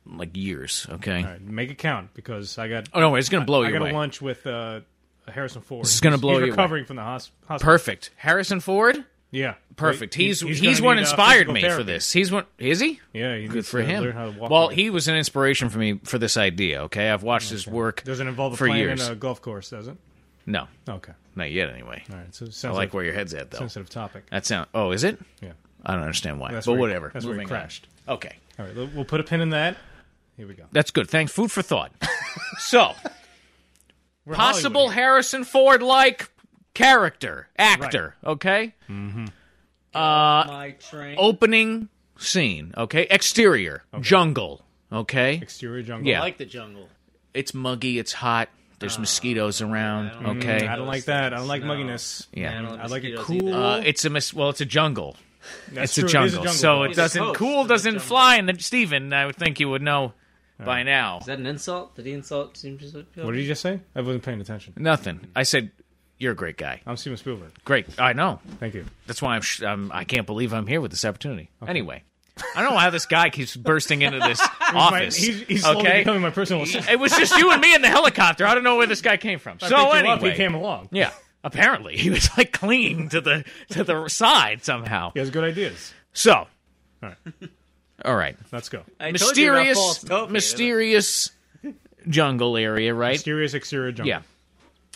S1: Like years. Okay.
S2: All right. Make it count because I got
S1: Oh no, it's gonna blow
S2: I
S1: you
S2: got a
S1: away.
S2: lunch with uh, a Harrison Ford.
S1: This is gonna blow
S2: he's
S1: you away.
S2: recovering from the hosp- hospital.
S1: Perfect. Harrison Ford.
S2: yeah,
S1: Perfect.
S2: He-
S1: he's he's,
S2: gonna
S1: what
S2: need, uh,
S1: inspired
S2: physical
S1: me for
S2: therapy.
S1: this. He's one. Is he?
S2: Yeah, he
S1: Good
S2: needs
S1: for
S2: to
S1: him.
S2: Learn how to walk
S1: well,
S2: again.
S1: he was an inspiration for me for this idea. Okay, I've watched his work.
S2: doesn't involve a
S1: for
S2: plane
S1: years.
S2: and a golf course, does it?
S1: No,
S2: Okay,
S1: not yet. Anyway,
S2: all right. So it
S1: I
S2: sounds
S1: like
S2: like
S1: where your head's at though.
S2: sensitive topic.
S1: That sound. Oh, is it?
S2: Yeah.
S1: I don't understand why,
S2: That's
S1: but
S2: where he-
S1: whatever.
S2: that's where he
S1: Moving on.
S2: crashed.
S1: Okay,
S2: All right, we'll- we'll put a pin in that. Here we go.
S1: that's good. Thanks. Food
S2: [laughs]
S1: for thought. so,
S2: We're
S1: possible
S2: Hollywood
S1: Harrison Ford like character actor. Okay.
S3: My train.
S1: Oh, Opening scene. Okay. Exterior jungle. Okay.
S2: here. exterior jungle.
S1: Yeah.
S3: I like the jungle.
S1: it's muggy, it's hot, there's mosquitoes
S3: I don't
S1: around. Okay,
S2: Ah. Mm-hmm. I don't like that. I don't like
S3: No.
S2: mugginess.
S1: Yeah.
S3: I don't
S2: I like a
S3: mosquitoes
S2: cool.
S3: either.
S1: uh, it's a mis- well, it's a jungle.
S2: That's
S1: It's a
S2: true,
S1: jungle,
S2: is
S1: so
S2: jungle.
S1: it doesn't
S3: coast,
S1: cool
S3: it's a
S1: doesn't
S3: jungle.
S1: fly. And Steven, I would think you would know by now.
S3: Is that an insult? Did he insult? Steven Spielberg?
S2: What did you just say? I wasn't paying attention.
S1: Nothing. I said you're a great guy.
S2: I'm Steven Spielberg.
S1: Great, I know.
S2: Thank you.
S1: That's why I'm. Sh- I'm I can't believe I'm here with this opportunity. Anyway, I don't know how this guy keeps bursting
S2: [laughs]
S1: into this
S2: My-
S1: office.
S2: he's he's slowly
S1: okay.
S2: becoming my personal assistant.
S1: It was just you and me in the helicopter. I don't know where this guy came from.
S2: Picked
S1: so
S2: him
S1: anyway,
S2: up, he came along.
S1: yeah. Apparently, he was like clinging to the to the side somehow.
S2: He has good ideas.
S1: So, all
S2: right.
S1: [laughs] all right.
S2: Let's go.
S3: I told you about false
S1: Mysterious,
S3: tofu.
S1: mysterious jungle area, right?
S2: Mysterious exterior jungle.
S1: yeah,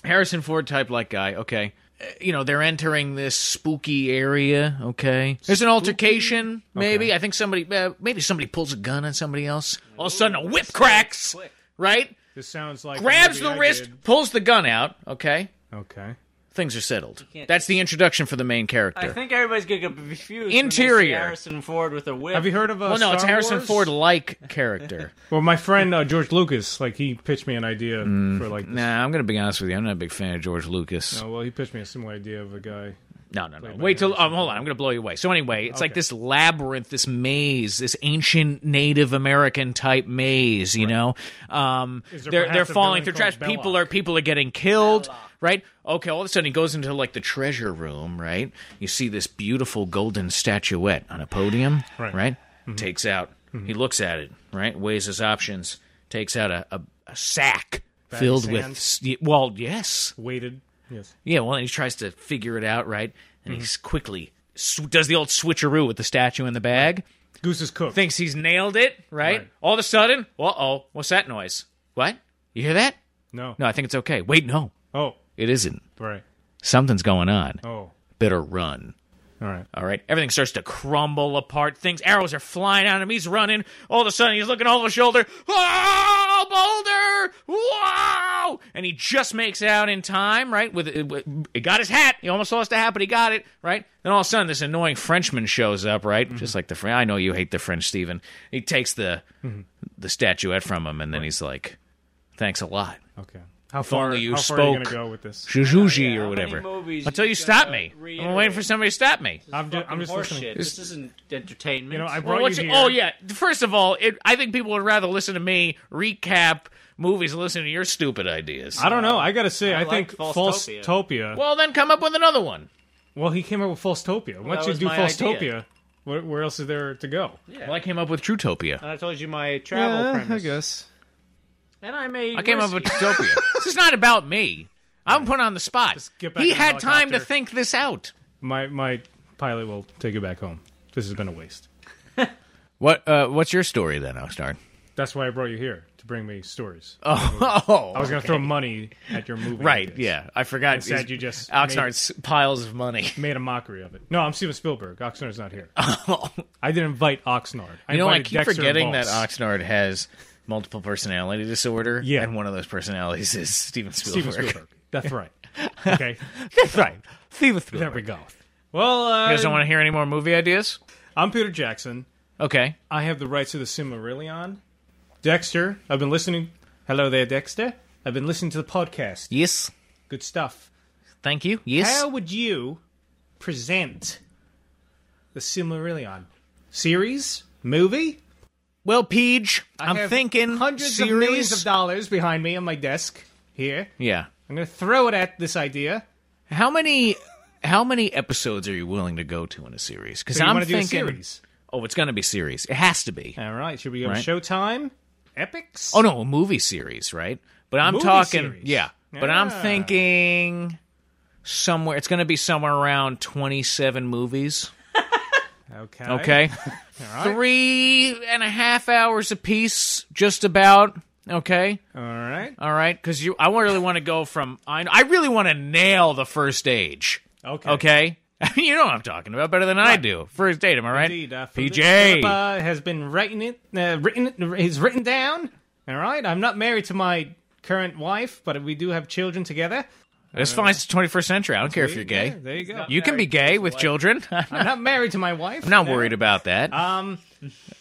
S1: Harrison Ford type like guy. Okay, Uh, you know they're entering this spooky area. Okay, there's an altercation. Maybe I think somebody, uh, maybe somebody pulls a gun on somebody else. All of a sudden, a whip cracks.
S3: quick.
S1: Right,
S2: This sounds like a
S1: grabs
S2: movie
S1: the
S2: I
S1: wrist,
S2: did.
S1: pulls the gun out. Okay,
S2: Okay.
S1: things are settled.
S3: can't-
S1: That's the introduction for the main character.
S3: I think everybody's gonna get confused. when they see
S1: Interior.
S3: Harrison Ford with a whip.
S2: Have you heard of? Uh,
S1: well, Oh, no, it's
S2: Star
S1: Harrison
S2: Wars? [laughs]
S1: Ford like character.
S2: Well, my friend uh, George Lucas, like he pitched me an idea for like. This.
S1: Mm. Nah, I'm gonna be honest with you. I'm not a big fan of George Lucas.
S2: Oh, well, he pitched me a similar idea of a guy.
S1: No, no, no.
S2: by
S1: Wait till um, hold on. I'm gonna blow you away. So anyway, it's like this labyrinth, this maze, this ancient Native American type maze. You know, um,
S2: Is there
S1: they're
S2: perhaps
S1: they're
S2: a
S1: falling
S2: villain
S1: through trash.
S2: called
S1: People are
S2: Belloc?
S1: people are getting killed. Right? Okay. All of a sudden, he goes into like the treasure room. Right? You see this beautiful golden statuette on a podium.
S2: Right. Mm-hmm.
S1: Right. Takes out. He looks at it. Right. Weighs his options. Takes out a a, a sack
S2: of
S1: filled with.
S2: sand?
S1: s- Well, yes.
S2: Weighted. Yes.
S1: Yeah, well, and he tries to figure it out, right? And he's quickly sw- does the old switcheroo with the statue in the bag.
S2: Goose is cooked.
S1: Thinks he's nailed it, right?
S2: Right.
S1: All of a sudden, uh oh, what's that noise? What? You hear that?
S2: no.
S1: No, I think it's okay. Wait, no,
S2: Oh.
S1: it isn't.
S2: Right.
S1: Something's going on.
S2: Oh.
S1: Better run.
S2: All right.
S1: All right, everything starts to crumble apart. Things, arrows are flying at him. He's running. All of a sudden, he's looking over his shoulder. Oh, Boulder! Wow! And he just makes it out in time, right? With he got his hat. He almost lost the hat, but he got it, right? Then all of a sudden, this annoying Frenchman shows up, right?
S2: Mm-hmm.
S1: Just like the French. I know you hate the French, Stephen. He takes the
S2: Mm-hmm.
S1: the statuette from him, and then he's like, "Thanks a lot,
S2: Okay. How far?
S1: only
S2: how
S1: you
S2: far are you
S1: spoke.
S2: gonna go with this?
S1: Jujuji
S3: yeah, how
S1: or
S3: many
S1: whatever."
S3: movies
S1: Until
S3: you
S1: you stop
S3: gotta
S1: me. I'm waiting
S3: reiterate?
S1: for somebody to stop me.
S2: I'm just, I'm
S3: Fucking
S2: just
S3: horse
S2: listening.
S3: shit. This isn't entertainment.
S2: You know, I
S1: Well,
S2: brought
S1: what's
S2: you
S1: your-
S2: here.
S1: oh yeah. First of all, it, I think people would rather listen to me recap movies and listen to your stupid ideas.
S2: I don't know. I gotta say, I,
S3: like
S2: think
S3: Falsetopia.
S2: Falsetopia.
S1: well, then come up with another one.
S2: Well, he came up with Falsetopia. Once
S3: that
S2: you
S3: was
S2: do
S3: my
S2: Falsetopia, where, where else is there to go?
S3: Yeah.
S1: Well, I came up with Trutopia.
S3: and Eh, I told you my travel premise.
S2: guess.
S3: And I made.
S1: I came up with
S3: whiskey.
S1: Trutopia. [laughs] this is not about me. I'm put on the spot.
S2: get back
S1: He
S2: in the
S1: had time to
S2: helicopter.
S1: think this out.
S2: My my pilot will take you back home. This has been a waste.
S1: What? Uh, what's your story then, Oxnard?
S2: That's why I brought you here to bring me stories.
S1: [laughs] Oh,
S2: I was gonna throw money at your movie.
S1: right.
S2: ideas.
S1: Yeah, I forgot.
S2: Instead,
S1: It's-
S2: you just
S1: Oxnard's piles of money. [laughs]
S2: Made a mockery of it. No, I'm Steven Spielberg. Oxnard's not here. I didn't invite Oxnard. I
S1: You know, I
S2: invited
S1: keep
S2: Dexter
S1: forgetting that
S2: Balls.
S1: Oxnard has multiple personality disorder.
S2: Yeah.
S1: and one of those personalities is Steven Spielberg.
S2: Steven
S1: [laughs]
S2: Spielberg. That's right. Okay,
S1: That's right. Steven
S2: there
S1: Spielberg.
S2: we go. Well, uh,
S1: You guys don't want to hear any more movie ideas?
S2: I'm Peter Jackson.
S1: Okay.
S2: I have the rights to the Silmarillion. Dexter, I've been listening. Hello there, Dexter. I've been listening to the podcast.
S1: Yes.
S2: Good stuff.
S1: Thank you. Yes.
S2: How would you present the Silmarillion series, movie?
S1: Well, Peej, I'm
S2: have
S1: thinking
S2: Hundreds
S1: series.
S2: of millions of dollars behind me on my desk here.
S1: yeah.
S2: I'm going to throw it at this idea.
S1: How many? How many episodes are you willing to go to in a series? Because
S2: So you
S1: I'm
S2: want to do a
S1: thinking.
S2: series?
S1: Oh, it's going to be series. It has to be.
S2: All right. Should we go to
S1: Right.
S2: Showtime? Epics?
S1: Oh no, a Oh, movie series, right? But I'm
S2: Movie
S1: talking.
S2: series.
S1: Yeah. But I'm
S2: Ah.
S1: thinking somewhere it's going to be somewhere around 27 movies.
S2: Okay.
S1: Okay,
S2: [laughs] All right.
S1: three and a half hours apiece, just about. Okay,
S2: All right.
S1: all right, because you, I really want to go from I, I really want to nail the first age.
S2: Okay.
S1: Okay, [laughs] I mean, you know what I'm talking about better than I do. First date, am I right?
S2: Indeed, uh, Philip- Philip,
S1: PJ.
S2: uh, has been writing it, uh, written it, he's written down. All right, I'm not married to my current wife, but we do have children together.
S1: It's fine. It's the 21st century. I don't care if you're
S2: Yeah,
S1: gay.
S2: there you go.
S1: You can be gay with children. [laughs] I'm
S2: I'm not married to my wife.
S1: not worried about that.
S2: Um,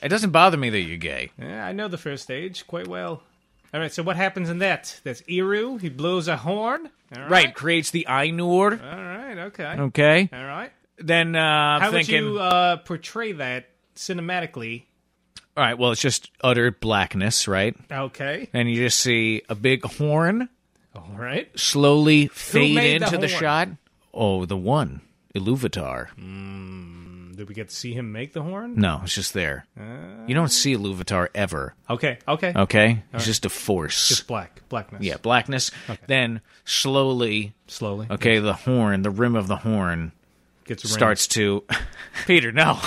S1: It doesn't bother me that you're gay.
S2: yeah, I know the first stage quite well. All right, so what happens in that? That's Iru. He blows a horn. All right.
S1: Right, creates the Ainur.
S2: All right. Okay.
S1: Okay.
S2: All right.
S1: Then uh, I'm
S2: How
S1: thinking.
S2: would you uh, portray that cinematically?
S1: All right, well, it's just utter blackness, right?
S2: Okay.
S1: And you just see a big horn
S2: All right.
S1: slowly fade
S2: made the
S1: into the
S2: horn? Hmm.
S1: shot. Oh, the one, Iluvatar.
S2: Did we get to see him make the horn?
S1: No, it's just there.
S2: Uh,
S1: you don't see Iluvatar ever.
S2: Okay. Okay.
S1: Okay, it's just a force.
S2: Just black. Blackness.
S1: yeah, blackness. Then slowly,
S2: Slowly.
S1: okay, the horn, the rim of the horn
S2: Gets around.
S1: starts to. [laughs] Peter, no.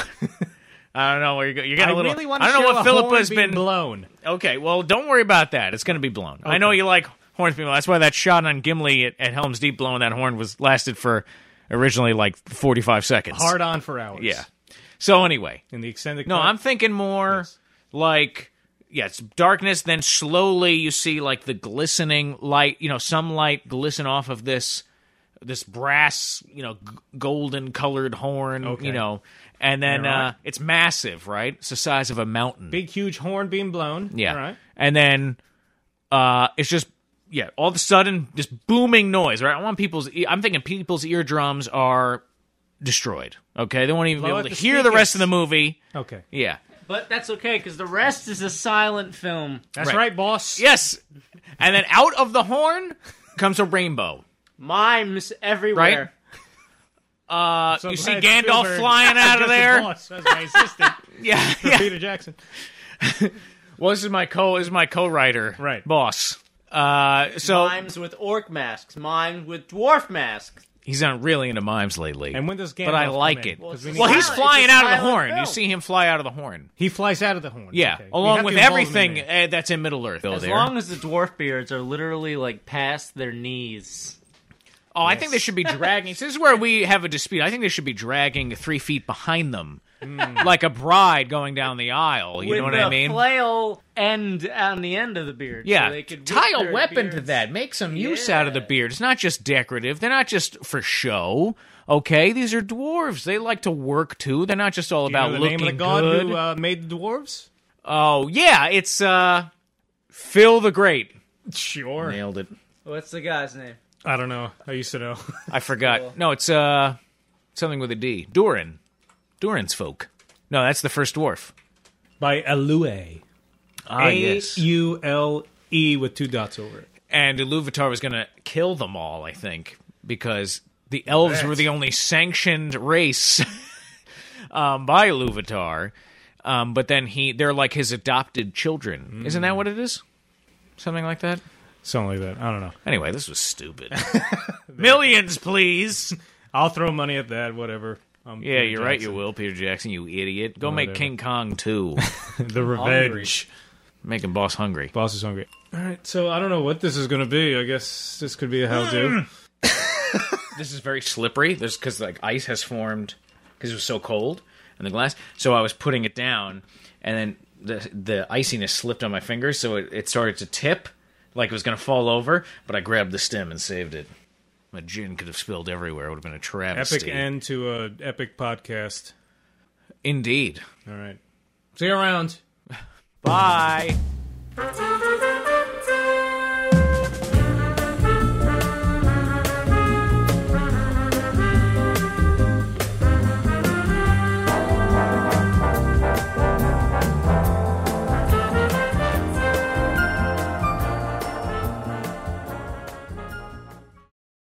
S1: I don't know where you go. You're
S2: I
S1: getting a little.
S2: really want to
S1: I don't know what Philippa has been.
S2: blown.
S1: Okay, well, don't worry about that. It's going to be blown. I know you like horns being blown. That's why that shot on Gimli at, at Helm's Deep blowing that horn was lasted for originally like 45 seconds.
S2: Hard on for hours.
S1: Yeah. So anyway,
S2: In the extended.
S1: no,
S2: cut.
S1: I'm thinking more like yes, darkness. Then slowly you see like the glistening light. You know, some light glisten off of this this brass, you know, g- golden colored horn.
S2: Okay.
S1: You know, and then
S2: Alright.
S1: uh, it's massive, right? It's the size of a mountain.
S2: big, huge horn being blown.
S1: Yeah.
S2: All right.
S1: And then uh it's just yeah, all of a sudden this booming noise, right? I want people's e- I'm thinking people's eardrums are destroyed. Okay? They won't even
S2: Blow
S1: be
S2: out
S1: able to
S2: the
S1: hear the rest
S2: speakers.
S1: of the movie.
S2: Okay.
S1: Yeah.
S3: But that's okay because the rest is a silent film.
S2: That's
S1: Right.
S2: right, boss.
S1: Yes. And then out of the horn comes
S2: [laughs]
S1: a rainbow.
S3: Mimes everywhere.
S1: Uh, you see Gandalf
S2: [laughs]
S1: flying out of there.
S2: Boss. That's my assistant,
S1: Yeah, [laughs] yeah.
S2: Peter Jackson.
S1: Well, this is my co this is my co-writer,
S2: Right.
S1: Boss. Uh, so
S3: Mimes with orc masks. Mime with dwarf masks.
S1: he's not really into mimes lately.
S2: And when does Gandalf?
S1: but I
S2: come
S1: like
S2: in?
S1: it.
S2: 'Cause we
S3: Well,
S2: need-
S1: well, he's
S3: Silent-
S1: flying
S3: it's a
S1: out of the
S3: silent
S1: horn. You
S3: film.
S1: see him fly out of the horn.
S2: he flies out of the horn.
S1: Yeah,
S2: Okay. You
S1: along
S2: have to
S1: with
S2: involve him in
S1: everything
S2: that.
S1: uh, that's in Middle Earth.
S3: As long as the dwarf beards are literally like past their knees.
S1: oh, I think
S2: [laughs]
S1: they should be dragging. this is where we have a dispute. I think they should be dragging three feet behind them,
S2: Hmm.
S1: like a bride going down the aisle. You
S3: with
S1: know what
S3: the
S1: I mean?
S3: flail end on the end of the beard.
S1: yeah,
S3: so they could
S1: tie
S3: whip
S1: a
S3: their
S1: weapon to
S3: beards.
S1: that. Make some use out of the beard. It's not just decorative. They're not just for show. Okay, these are dwarves. They like to work too. They're not just all
S2: You
S1: about
S2: know the
S1: looking
S2: name of the god
S1: good.
S2: who uh, made the dwarves?
S1: oh yeah, it's uh, Phil the Great.
S2: Sure.
S1: Nailed it.
S3: What's the guy's name?
S2: I don't know. I used to
S1: [laughs]
S2: know.
S1: I forgot. No, it's uh something with a D. Durin. Durin's folk. No, that's the first dwarf.
S2: By Alue.
S1: Ah,
S2: A U L E with two dots over it.
S1: And Iluvatar was going to kill them all, I think, because the elves were the only sanctioned race [laughs] um, by Iluvatar. Um, but then he, they're like his adopted children. Isn't that what it is? Something like that.
S2: Something like that. I don't know.
S1: Anyway, this was stupid. [laughs] Millions, [laughs] please.
S2: I'll throw money at that. Whatever. Um,
S1: Yeah, you're right. You will, Peter Jackson. You idiot. Go make
S2: Whatever.
S1: King Kong [laughs] too.
S2: The revenge.
S1: Making boss hungry.
S2: Boss is hungry. All right. So I don't know what this is going to be. I guess this could be a how do.
S1: Mm. this is very slippery. There's because like ice has formed because it was so cold in the glass. So I was putting it down, and then the the iciness slipped on my fingers, so it, it started to tip, like it was gonna fall over. But I grabbed the stem and saved it. My gin could have spilled everywhere. It would have been a travesty.
S2: Epic end to a epic podcast.
S1: Indeed.
S2: All right. See you around.
S1: Bye.
S4: Thank you.